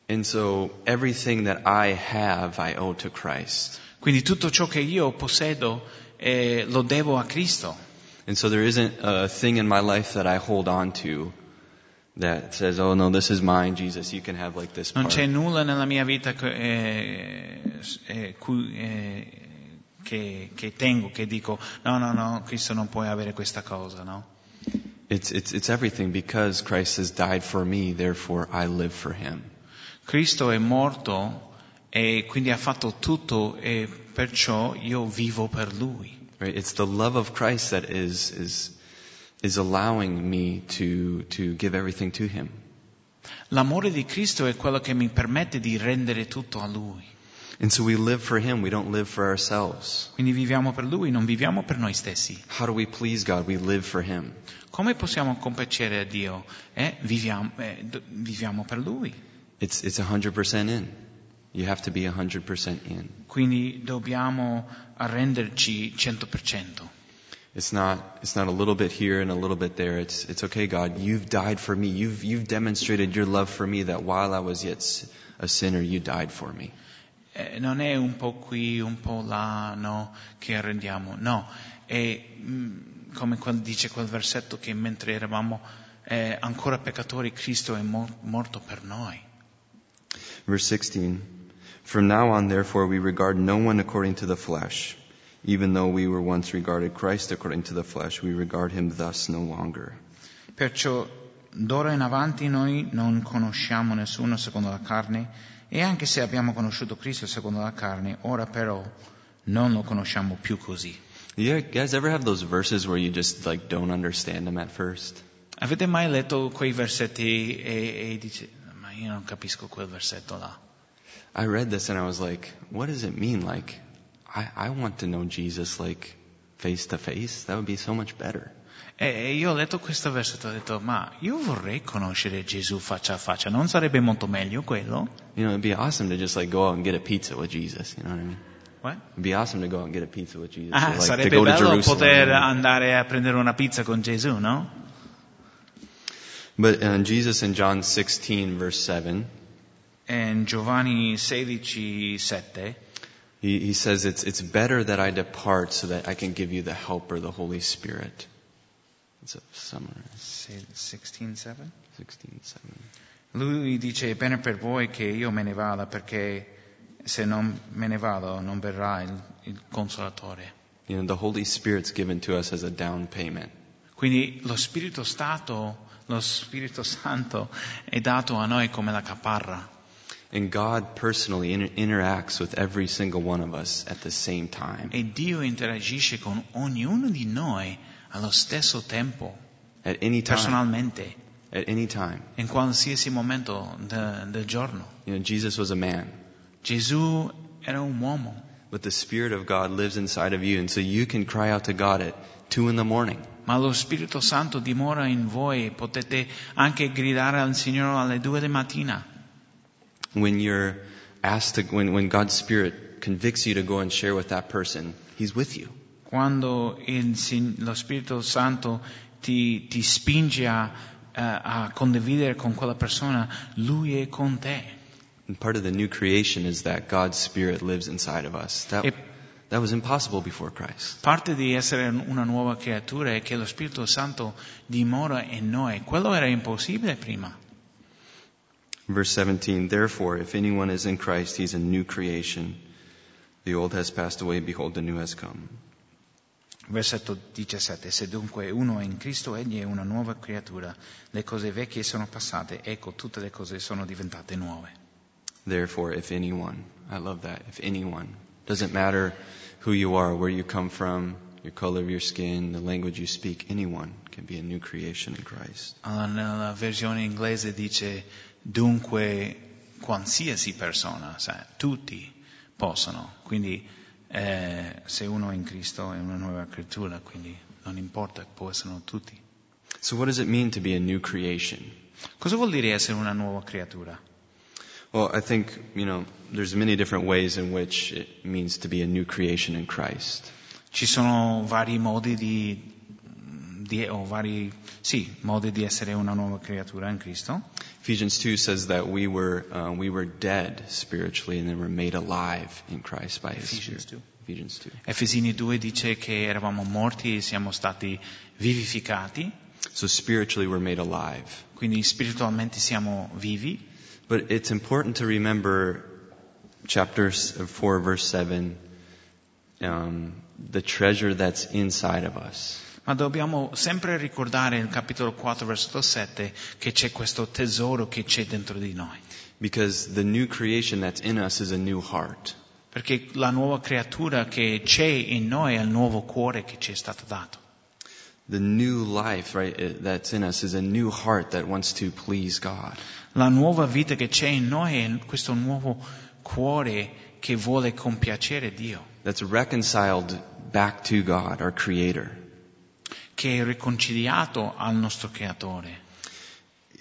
[SPEAKER 2] And so everything that I have, I owe to Christ.
[SPEAKER 1] Quindi tutto ciò che io possedo eh, lo devo a Cristo.
[SPEAKER 2] And so there isn't a thing in my life that I hold on to that says, oh no, this is mine, Jesus, you can have like this
[SPEAKER 1] Non
[SPEAKER 2] part.
[SPEAKER 1] c'è nulla nella mia vita che, eh, eh, cui- eh, che- che tengo, che dico no, no, no, Cristo non puoi avere questa cosa, no?
[SPEAKER 2] It's, it's, it's everything because Christ has died for me, therefore I live for him.
[SPEAKER 1] Cristo è morto e quindi ha fatto tutto e perciò io vivo per Lui.
[SPEAKER 2] Right? It's the love of Christ that is, is, is allowing me to, to give everything to him.
[SPEAKER 1] L'amore di Cristo è quello che mi permette di rendere tutto a Lui.
[SPEAKER 2] And so we live for him, we don't live for ourselves.
[SPEAKER 1] Quindi viviamo per Lui, non viviamo per noi stessi.
[SPEAKER 2] How do we please God? We live for him.
[SPEAKER 1] Come possiamo compiacere a Dio? Eh, viviamo, eh, d- viviamo per Lui.
[SPEAKER 2] It's, it's 100% in. You have to be 100% in.
[SPEAKER 1] Quindi dobbiamo arrenderci 100%.
[SPEAKER 2] It's not, it's not a little bit here and a little bit there. It's, it's okay, God. You've died for me. You've, you've demonstrated your love for me that while I was yet s- a sinner, you died for me.
[SPEAKER 1] Eh, non è un po' qui, un po' là, no, che arrendiamo. No, è mm, come quel- dice quel versetto che mentre eravamo eh, ancora peccatori Cristo è mor- morto per noi.
[SPEAKER 3] Verse 16 From now on, therefore, we regard no one according to the flesh. Even though we were once regarded Christ according to the flesh, we regard him thus no longer.
[SPEAKER 1] Perciò d'ora in avanti noi non conosciamo nessuno secondo la carne e anche se abbiamo conosciuto Cristo secondo la carne, ora però non lo conosciamo più così.
[SPEAKER 2] You guys ever have those verses where you just like don't understand them at first?
[SPEAKER 1] Avete mai letto quei versetti e, e dice, ma io non capisco quel versetto là?
[SPEAKER 2] I read this and I was like, what does it mean? Like, I, I want to know Jesus like face to face. That would be so much better.
[SPEAKER 1] E- E io ho letto questo versetto e ho detto, ma io vorrei conoscere Gesù faccia a faccia, non sarebbe molto meglio quello?
[SPEAKER 2] You know, it'd be awesome to just like go out and get a pizza with Jesus. You know what I mean?
[SPEAKER 1] What?
[SPEAKER 2] It'd be awesome to go out and get a pizza with Jesus.
[SPEAKER 1] Ah,
[SPEAKER 2] or, like, to
[SPEAKER 1] sarebbe
[SPEAKER 2] go to
[SPEAKER 1] bello
[SPEAKER 2] Jerusalem.
[SPEAKER 1] poter andare a prendere una pizza con Gesù, no?
[SPEAKER 2] But uh, Jesus in John 16 verse 7,
[SPEAKER 1] E in Giovanni 16, 7,
[SPEAKER 2] he, he says it's, it's better that I depart so that I can give you the helper, the Holy Spirit. It's a summary,
[SPEAKER 1] 16, 7?
[SPEAKER 2] 16, 7.
[SPEAKER 1] Lui dice, è bene per voi che io me ne vada perché se non me ne vado non verrà il, il consolatore.
[SPEAKER 2] You know, the Holy Spirit's given to us as a down payment.
[SPEAKER 1] Quindi lo Spirito Stato, lo Spirito Santo è dato a noi come la caparra.
[SPEAKER 2] And God personally inter- interacts with every single one of us at the same time.
[SPEAKER 1] E Dio interagisce con ognuno di noi allo stesso tempo,
[SPEAKER 2] At any time.
[SPEAKER 1] personalmente,
[SPEAKER 2] At any time.
[SPEAKER 1] in qualsiasi momento de- del giorno.
[SPEAKER 2] You know, Jesus was a man.
[SPEAKER 1] Gesù era un uomo,
[SPEAKER 2] But the Spirit of God lives inside of you, and so you can cry out to God at two in the morning.
[SPEAKER 1] ma lo Spirito Santo dimora in voi, potete anche gridare al Signore alle due di mattina.
[SPEAKER 2] When you're asked to, when, when God's Spirit convicts you to go and share with that person, He's with you.
[SPEAKER 1] Quando il Sig- lo Spirito Santo ti, ti spinge a, eh, a condividere con quella persona, Lui è con te.
[SPEAKER 2] And part of the new creation is that God's Spirit lives inside of us. That,
[SPEAKER 1] Yep.
[SPEAKER 2] that was impossible before Christ.
[SPEAKER 1] Parte di essere una nuova creatura è che lo Spirito Santo dimora in noi. Quello era impossibile prima.
[SPEAKER 4] Verse 17 Therefore, if anyone is in Christ, he's a new creation. The old has passed away, behold, the new has come.
[SPEAKER 1] Versetto 17. Se dunque uno è in Cristo, egli è una nuova creatura. Le cose vecchie sono passate, ecco tutte le cose sono diventate nuove.
[SPEAKER 2] Therefore, if anyone, I love that, if anyone, doesn't matter who you are, where you come from, your color of your skin, the language you speak, anyone can be a new creation in Christ.
[SPEAKER 1] Allora, Ah, nella versione inglese dice dunque qualsiasi persona, sa, tutti possono. Quindi eh, se uno è in Cristo è una nuova creatura, quindi non importa, possono tutti.
[SPEAKER 2] So, what does it mean to be a new creation?
[SPEAKER 1] Cosa vuol dire essere una nuova creatura?
[SPEAKER 2] Well, I think, you know, there's many different ways in which it means to be a new creation in Christ.
[SPEAKER 1] Ci sono vari modi di, di- o vari, sì, modi di essere una nuova creatura in Cristo.
[SPEAKER 2] Ephesians 2 says that we were, uh, we were dead spiritually and then were made alive in Christ by His
[SPEAKER 1] Ephesians 2.
[SPEAKER 2] Spirit. Ephesians 2.
[SPEAKER 1] Efesini 2 dice che eravamo morti e siamo stati vivificati,
[SPEAKER 2] So, spiritually, we're made alive.
[SPEAKER 1] quindi spiritualmente siamo vivi.
[SPEAKER 2] But it's important to remember chapter s- 4, verse 7, um, the treasure that's inside of us.
[SPEAKER 1] Ma dobbiamo sempre ricordare nel capitolo 4, versetto 7, che c'è questo tesoro che c'è dentro di noi.
[SPEAKER 2] Because the new creation that's in us is a new heart.
[SPEAKER 1] Perché la nuova creatura che c'è in noi è il nuovo cuore che ci è stato dato.
[SPEAKER 2] The new life, right,
[SPEAKER 4] uh,
[SPEAKER 2] i- that's in us is a new heart that wants to please God.
[SPEAKER 1] La nuova vita che c'è in noi è questo nuovo cuore che vuole compiacere Dio,
[SPEAKER 2] That's reconciled back to God, our Creator.
[SPEAKER 1] che è riconciliato al nostro Creatore.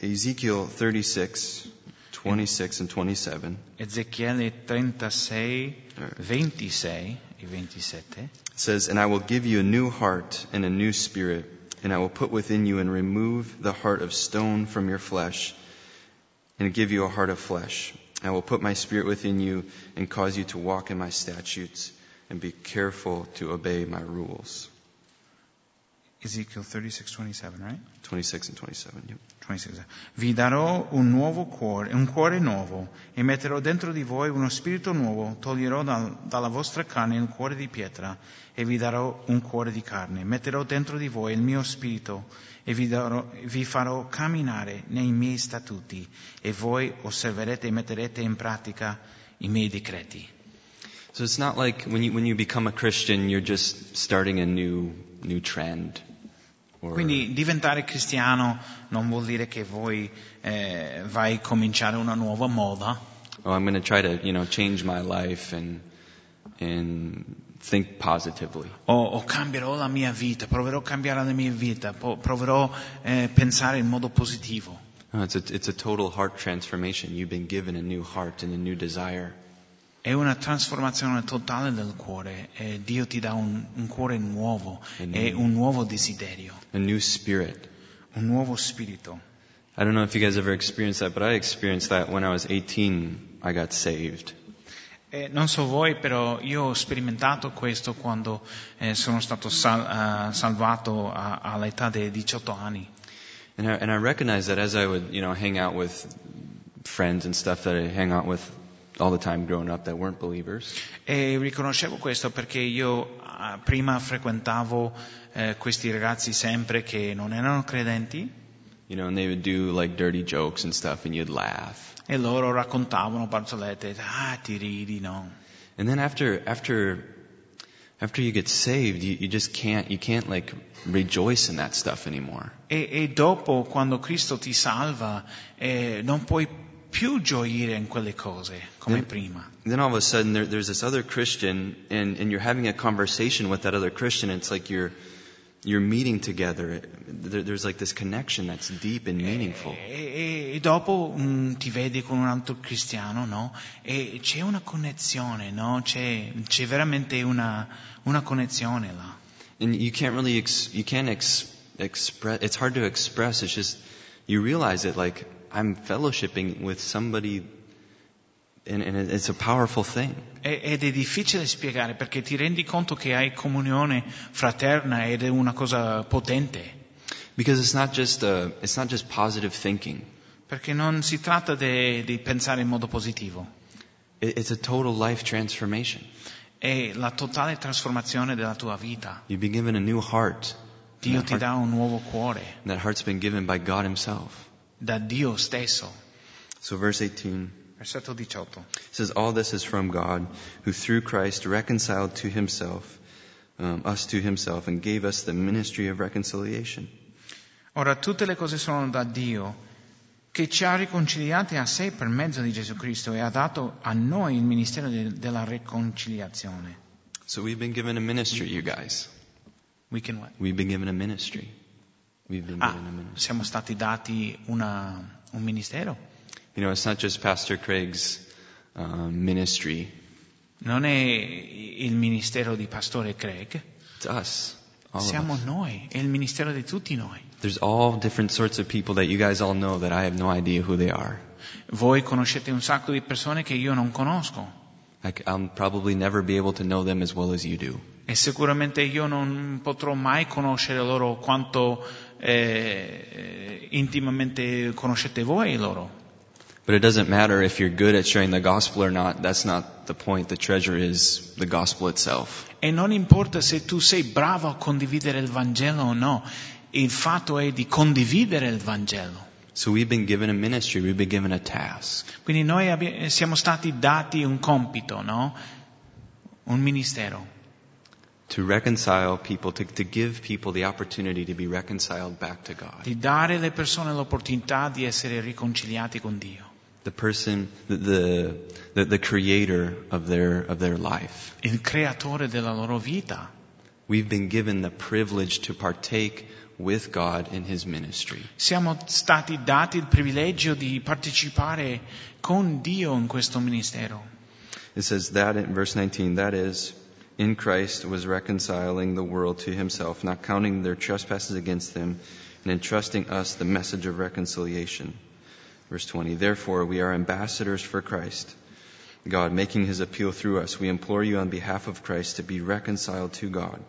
[SPEAKER 4] Ezekiel 36, 26 and 27
[SPEAKER 1] Ezechiele 36, 26 e 27.
[SPEAKER 4] says, And I will give you a new heart and a new spirit, and I will put within you and remove the heart of stone from your flesh, and give you a heart of flesh. I will put my spirit within you and cause you to walk in my statutes and be careful to obey my rules.
[SPEAKER 1] Ezekiel 36, 27, right?
[SPEAKER 4] 26 and 27. Yep.
[SPEAKER 1] 26. Vi darò un nuovo cuore, un cuore nuovo, e metterò dentro di voi uno spirito nuovo, toglierò dal- dalla vostra carne il cuore di pietra, e vi darò un cuore di carne, metterò dentro di voi il mio spirito, e vi, darò- vi farò camminare nei miei statuti, e voi osserverete e metterete in pratica i miei decreti.
[SPEAKER 2] So it's not like when you, when you become a Christian, you're just starting a new, new trend. or
[SPEAKER 1] Quindi diventare cristiano non vuol dire che voi eh, vai a cominciare una nuova moda,
[SPEAKER 2] oh, I'm going to try to you know change my life and and think positively.
[SPEAKER 1] o, o cambierò la mia vita, proverò a cambiare la mia vita, po- proverò a pensare in modo positivo.
[SPEAKER 2] No, it's a, it's a total heart transformation. You've been given a new heart and a new desire.
[SPEAKER 1] È una trasformazione totale del cuore, eh, Dio ti dà un, un cuore nuovo,
[SPEAKER 2] Amen.
[SPEAKER 1] e un nuovo desiderio,
[SPEAKER 2] a new spirit.
[SPEAKER 1] un nuovo spirito.
[SPEAKER 2] I don't know if you guys ever experienced that, but I experienced that when I was 18. I got saved.
[SPEAKER 1] Eh, non so voi, però io ho sperimentato questo quando eh, sono stato sal- eh, salvato a- all'età dei 18 anni.
[SPEAKER 2] And I, and I recognized that as I would, you know, hang out with friends and stuff that I hang out with all the time growing up that weren't believers,
[SPEAKER 1] E riconoscevo questo perché io ah, prima frequentavo eh, questi ragazzi sempre che non erano credenti
[SPEAKER 2] you know, and they would do like dirty jokes and stuff and you'd laugh.
[SPEAKER 1] e loro raccontavano barzellette, ah ti ridi no.
[SPEAKER 2] And then after, after, after you get saved, you, you just can't, you can't like rejoice in that stuff anymore.
[SPEAKER 1] E, e dopo quando Cristo ti salva eh, non puoi più gioire in quelle cose come
[SPEAKER 2] Mm.
[SPEAKER 1] prima.
[SPEAKER 2] then all of a sudden there, there's this other Christian and, and you're having a conversation with that other Christian. It's like you're, you're meeting together. There, there's like this connection that's deep and meaningful.
[SPEAKER 1] E, e- e dopo mm, ti vedi con un altro cristiano, no? E c'è una connessione, no? C'è, c'è veramente una, una connessione là.
[SPEAKER 2] And you can't really, ex, you can't ex, express, it's hard to express. It's just, you realize it like, I'm fellowshipping with somebody and, and it- it's a powerful thing.
[SPEAKER 1] E- Ed è difficile spiegare perché ti rendi conto che hai comunione fraterna ed è una cosa potente.
[SPEAKER 2] Because it's not just, uh, it's not just positive thinking.
[SPEAKER 1] Perché non si tratta de- di pensare in modo positivo,
[SPEAKER 2] It, it's a total life transformation.
[SPEAKER 1] è la totale trasformazione della tua vita.
[SPEAKER 2] You've been given a new heart.
[SPEAKER 1] Dio
[SPEAKER 2] And that
[SPEAKER 1] ti
[SPEAKER 2] heart-
[SPEAKER 1] dà un nuovo cuore
[SPEAKER 2] And that heart's been given by God Himself.
[SPEAKER 1] da Dio stesso.
[SPEAKER 5] So, verse 18
[SPEAKER 1] Versetto 18.
[SPEAKER 5] says, All this is from God, who through Christ reconciled to himself, um, us to himself, and gave us the ministry of reconciliation.
[SPEAKER 1] Ora tutte le cose sono da Dio, che ci ha riconciliati a sé per mezzo di Gesù Cristo e ha dato a noi il ministero de- della riconciliazione.
[SPEAKER 2] So we've been given a ministry, you guys.
[SPEAKER 1] We can what?
[SPEAKER 2] We've been given a ministry. We've been
[SPEAKER 1] Ah,
[SPEAKER 2] given a ministry.
[SPEAKER 1] siamo stati dati una- un ministero.
[SPEAKER 2] You know, it's not just Pastor Craig's um, ministry.
[SPEAKER 1] Non è il ministero di Pastore Craig,
[SPEAKER 2] It's us. All of
[SPEAKER 1] siamo
[SPEAKER 2] us.
[SPEAKER 1] noi, è il ministero di tutti noi.
[SPEAKER 2] There's all different sorts of people that you guys all know that I have no idea who they are.
[SPEAKER 1] Voi conoscete un sacco di persone che io non conosco
[SPEAKER 2] I c- I'll probably never be able to know them as well as you do.
[SPEAKER 1] e sicuramente io non potrò mai conoscere loro quanto eh, intimamente conoscete voi loro.
[SPEAKER 2] But it doesn't matter if you're good at sharing the gospel or not. That's not the point. The treasure is the gospel itself.
[SPEAKER 1] E non importa se tu sei bravo a condividere il Vangelo o no, il fatto è di condividere il Vangelo.
[SPEAKER 2] So we've been given a ministry. We've been given a task.
[SPEAKER 1] Quindi noi abbi- siamo stati dati un compito, no? Un ministero.
[SPEAKER 2] to reconcile people, to, to give people the opportunity to be reconciled back to God.
[SPEAKER 1] di dare alle persone l'opportunità di essere riconciliati con Dio,
[SPEAKER 2] The person, the, the, the, the creator of their, of their life.
[SPEAKER 1] il creatore della loro vita.
[SPEAKER 2] We've been given the privilege to partake with God in His ministry.
[SPEAKER 1] Siamo stati dati il privilegio di partecipare con Dio in questo ministero.
[SPEAKER 5] It says that in verse 19, that is, in Christ was reconciling the world to himself, not counting their trespasses against them, and entrusting us the message of reconciliation. Verse 20, therefore we are ambassadors for Christ. God, making his appeal through us, we implore you on behalf of Christ to be reconciled to God.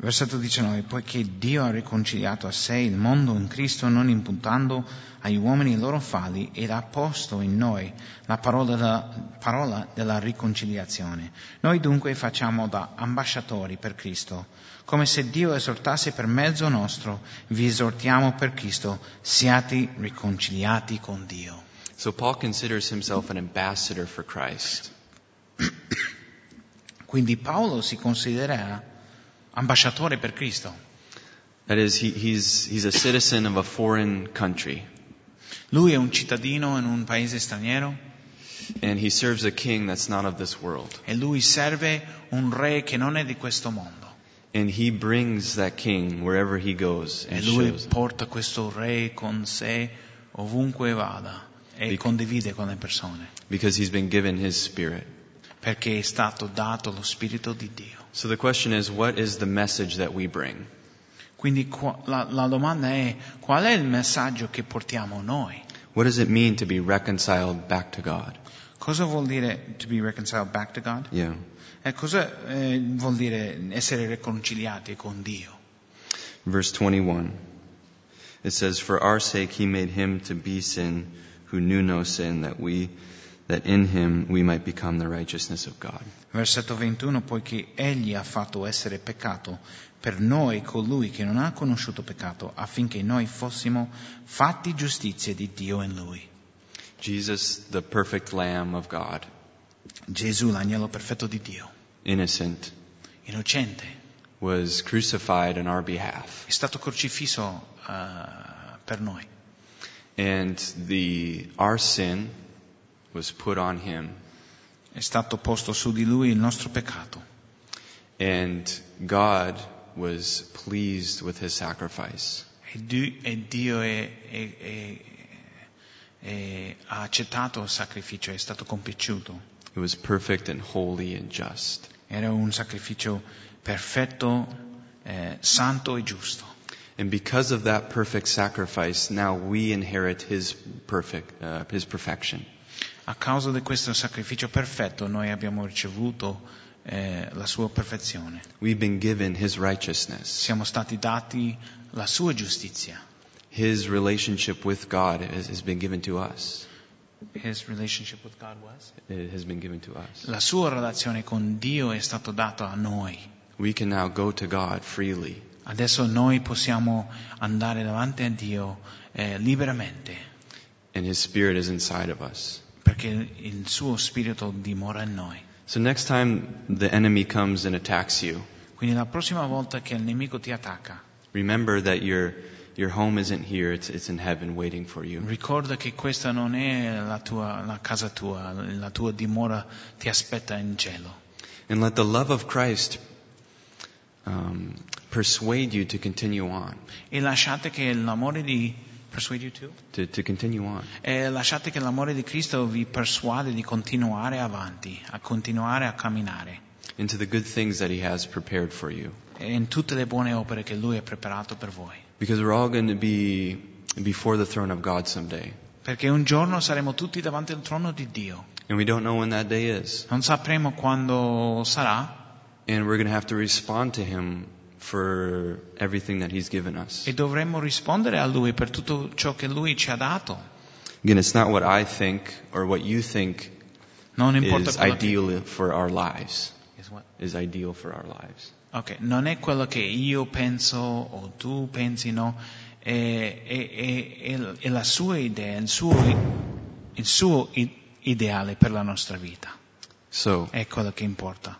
[SPEAKER 1] Versetto 19. Poiché Dio ha riconciliato a sé il mondo in Cristo non imputando agli uomini i loro falli ed ha posto in noi la parola della, parola della riconciliazione. Noi dunque facciamo da ambasciatori per Cristo. Come se Dio esortasse per mezzo nostro, vi esortiamo per Cristo, siate riconciliati con Dio.
[SPEAKER 2] So Paul considers himself an ambassador for Christ.
[SPEAKER 1] Quindi Paolo si considera ambasciatore per Cristo.
[SPEAKER 2] That is, he, he's, he's a citizen of a foreign country,
[SPEAKER 1] Lui è un cittadino in un paese straniero
[SPEAKER 2] and he serves a king that's not of this world.
[SPEAKER 1] e lui serve un re che non è di questo mondo.
[SPEAKER 2] And he brings that king wherever he goes
[SPEAKER 1] E
[SPEAKER 2] and
[SPEAKER 1] lui
[SPEAKER 2] shows.
[SPEAKER 1] porta questo re con sé ovunque vada e
[SPEAKER 2] Di-
[SPEAKER 1] condivide con le persone
[SPEAKER 2] because he's been given his spirit.
[SPEAKER 1] perché è stato dato lo Spirito di Dio.
[SPEAKER 2] So the question is, what is the message that we bring?
[SPEAKER 1] Quindi qua- la, la domanda è qual è il messaggio che portiamo noi?
[SPEAKER 2] What does it mean to be reconciled back to God?
[SPEAKER 1] Cosa vuol dire to be reconciled back to God?
[SPEAKER 6] Yeah.
[SPEAKER 1] E cosa eh, vuol dire essere riconciliati con Dio?
[SPEAKER 6] Verse 21. It says, For our sake he made him to be sin who knew no sin, that we, that in him we might become the righteousness of God.
[SPEAKER 1] Versetto 21, poiché egli ha fatto essere peccato per noi colui che non ha conosciuto peccato, affinché noi fossimo fatti giustizia di Dio in lui.
[SPEAKER 2] Jesus, the perfect Lamb of God,
[SPEAKER 1] Gesù, l'agnello perfetto di Dio,
[SPEAKER 2] innocent,
[SPEAKER 1] innocente,
[SPEAKER 2] was crucified on our behalf.
[SPEAKER 1] è stato crocifisso eh, per noi
[SPEAKER 2] And the, our sin was put on him.
[SPEAKER 1] è stato posto su di lui il nostro peccato
[SPEAKER 2] And God was pleased with his sacrifice.
[SPEAKER 1] e, Di- e Dio è- è- è- è- ha accettato il sacrificio, è stato compiaciuto.
[SPEAKER 2] It was perfect and holy and just.
[SPEAKER 1] Era un sacrificio perfetto, eh, santo e giusto.
[SPEAKER 2] And because of that perfect sacrifice, now we inherit his perfect, uh, his perfection.
[SPEAKER 1] A causa di questo sacrificio perfetto noi abbiamo ricevuto eh, la sua perfezione,
[SPEAKER 2] We've been given his righteousness.
[SPEAKER 1] siamo stati dati la sua giustizia.
[SPEAKER 2] His relationship with God has, has been given to us.
[SPEAKER 1] His relationship with God was?
[SPEAKER 2] It has been given to us.
[SPEAKER 1] La sua relazione con Dio è stata data a noi.
[SPEAKER 2] We can now go to God freely.
[SPEAKER 1] Adesso noi possiamo andare davanti a Dio eh, liberamente
[SPEAKER 2] And his spirit is inside of us.
[SPEAKER 1] perché il suo spirito dimora in noi.
[SPEAKER 2] So next time the enemy comes and attacks you,
[SPEAKER 1] Quindi la prossima volta che il nemico ti attacca,
[SPEAKER 2] remember that your, your home isn't here, it's, it's in heaven waiting for you.
[SPEAKER 1] ricorda che questa non è la tua la casa tua, la tua dimora ti aspetta in cielo.
[SPEAKER 2] And let the love of Christ um, persuade you to continue on.
[SPEAKER 1] E lasciate che l'amore di persuade you to?
[SPEAKER 2] to, to continue on.
[SPEAKER 1] E lasciate che l'amore di Cristo vi persuade di continuare avanti, a continuare a camminare
[SPEAKER 2] into the good things that he has prepared for you.
[SPEAKER 1] e in tutte le buone opere che lui ha preparato per voi.
[SPEAKER 2] Because we're all going to be before the throne of God someday.
[SPEAKER 1] Perché un giorno saremo tutti davanti al trono di Dio.
[SPEAKER 2] And we don't know when that day is.
[SPEAKER 1] Non sapremo quando sarà
[SPEAKER 2] And we're going to have to respond to him for everything that he's given us.
[SPEAKER 1] e dovremo rispondere a Lui per tutto ciò che Lui ci ha dato.
[SPEAKER 2] Again, it's not what I think or what you think
[SPEAKER 1] Non importa
[SPEAKER 2] is
[SPEAKER 1] quello che-
[SPEAKER 2] ideal for our lives,
[SPEAKER 1] Is what?
[SPEAKER 2] is ideal for our lives.
[SPEAKER 1] Ok, non è quello che io penso o tu pensi, no? È, è- è- è- è la sua idea, il suo, il suo i- ideale per la nostra vita.
[SPEAKER 2] So,
[SPEAKER 1] È quello che importa.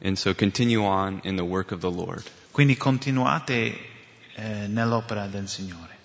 [SPEAKER 2] and so continue on in the work of the Lord.
[SPEAKER 1] Quindi continuate eh, nell'opera del Signore.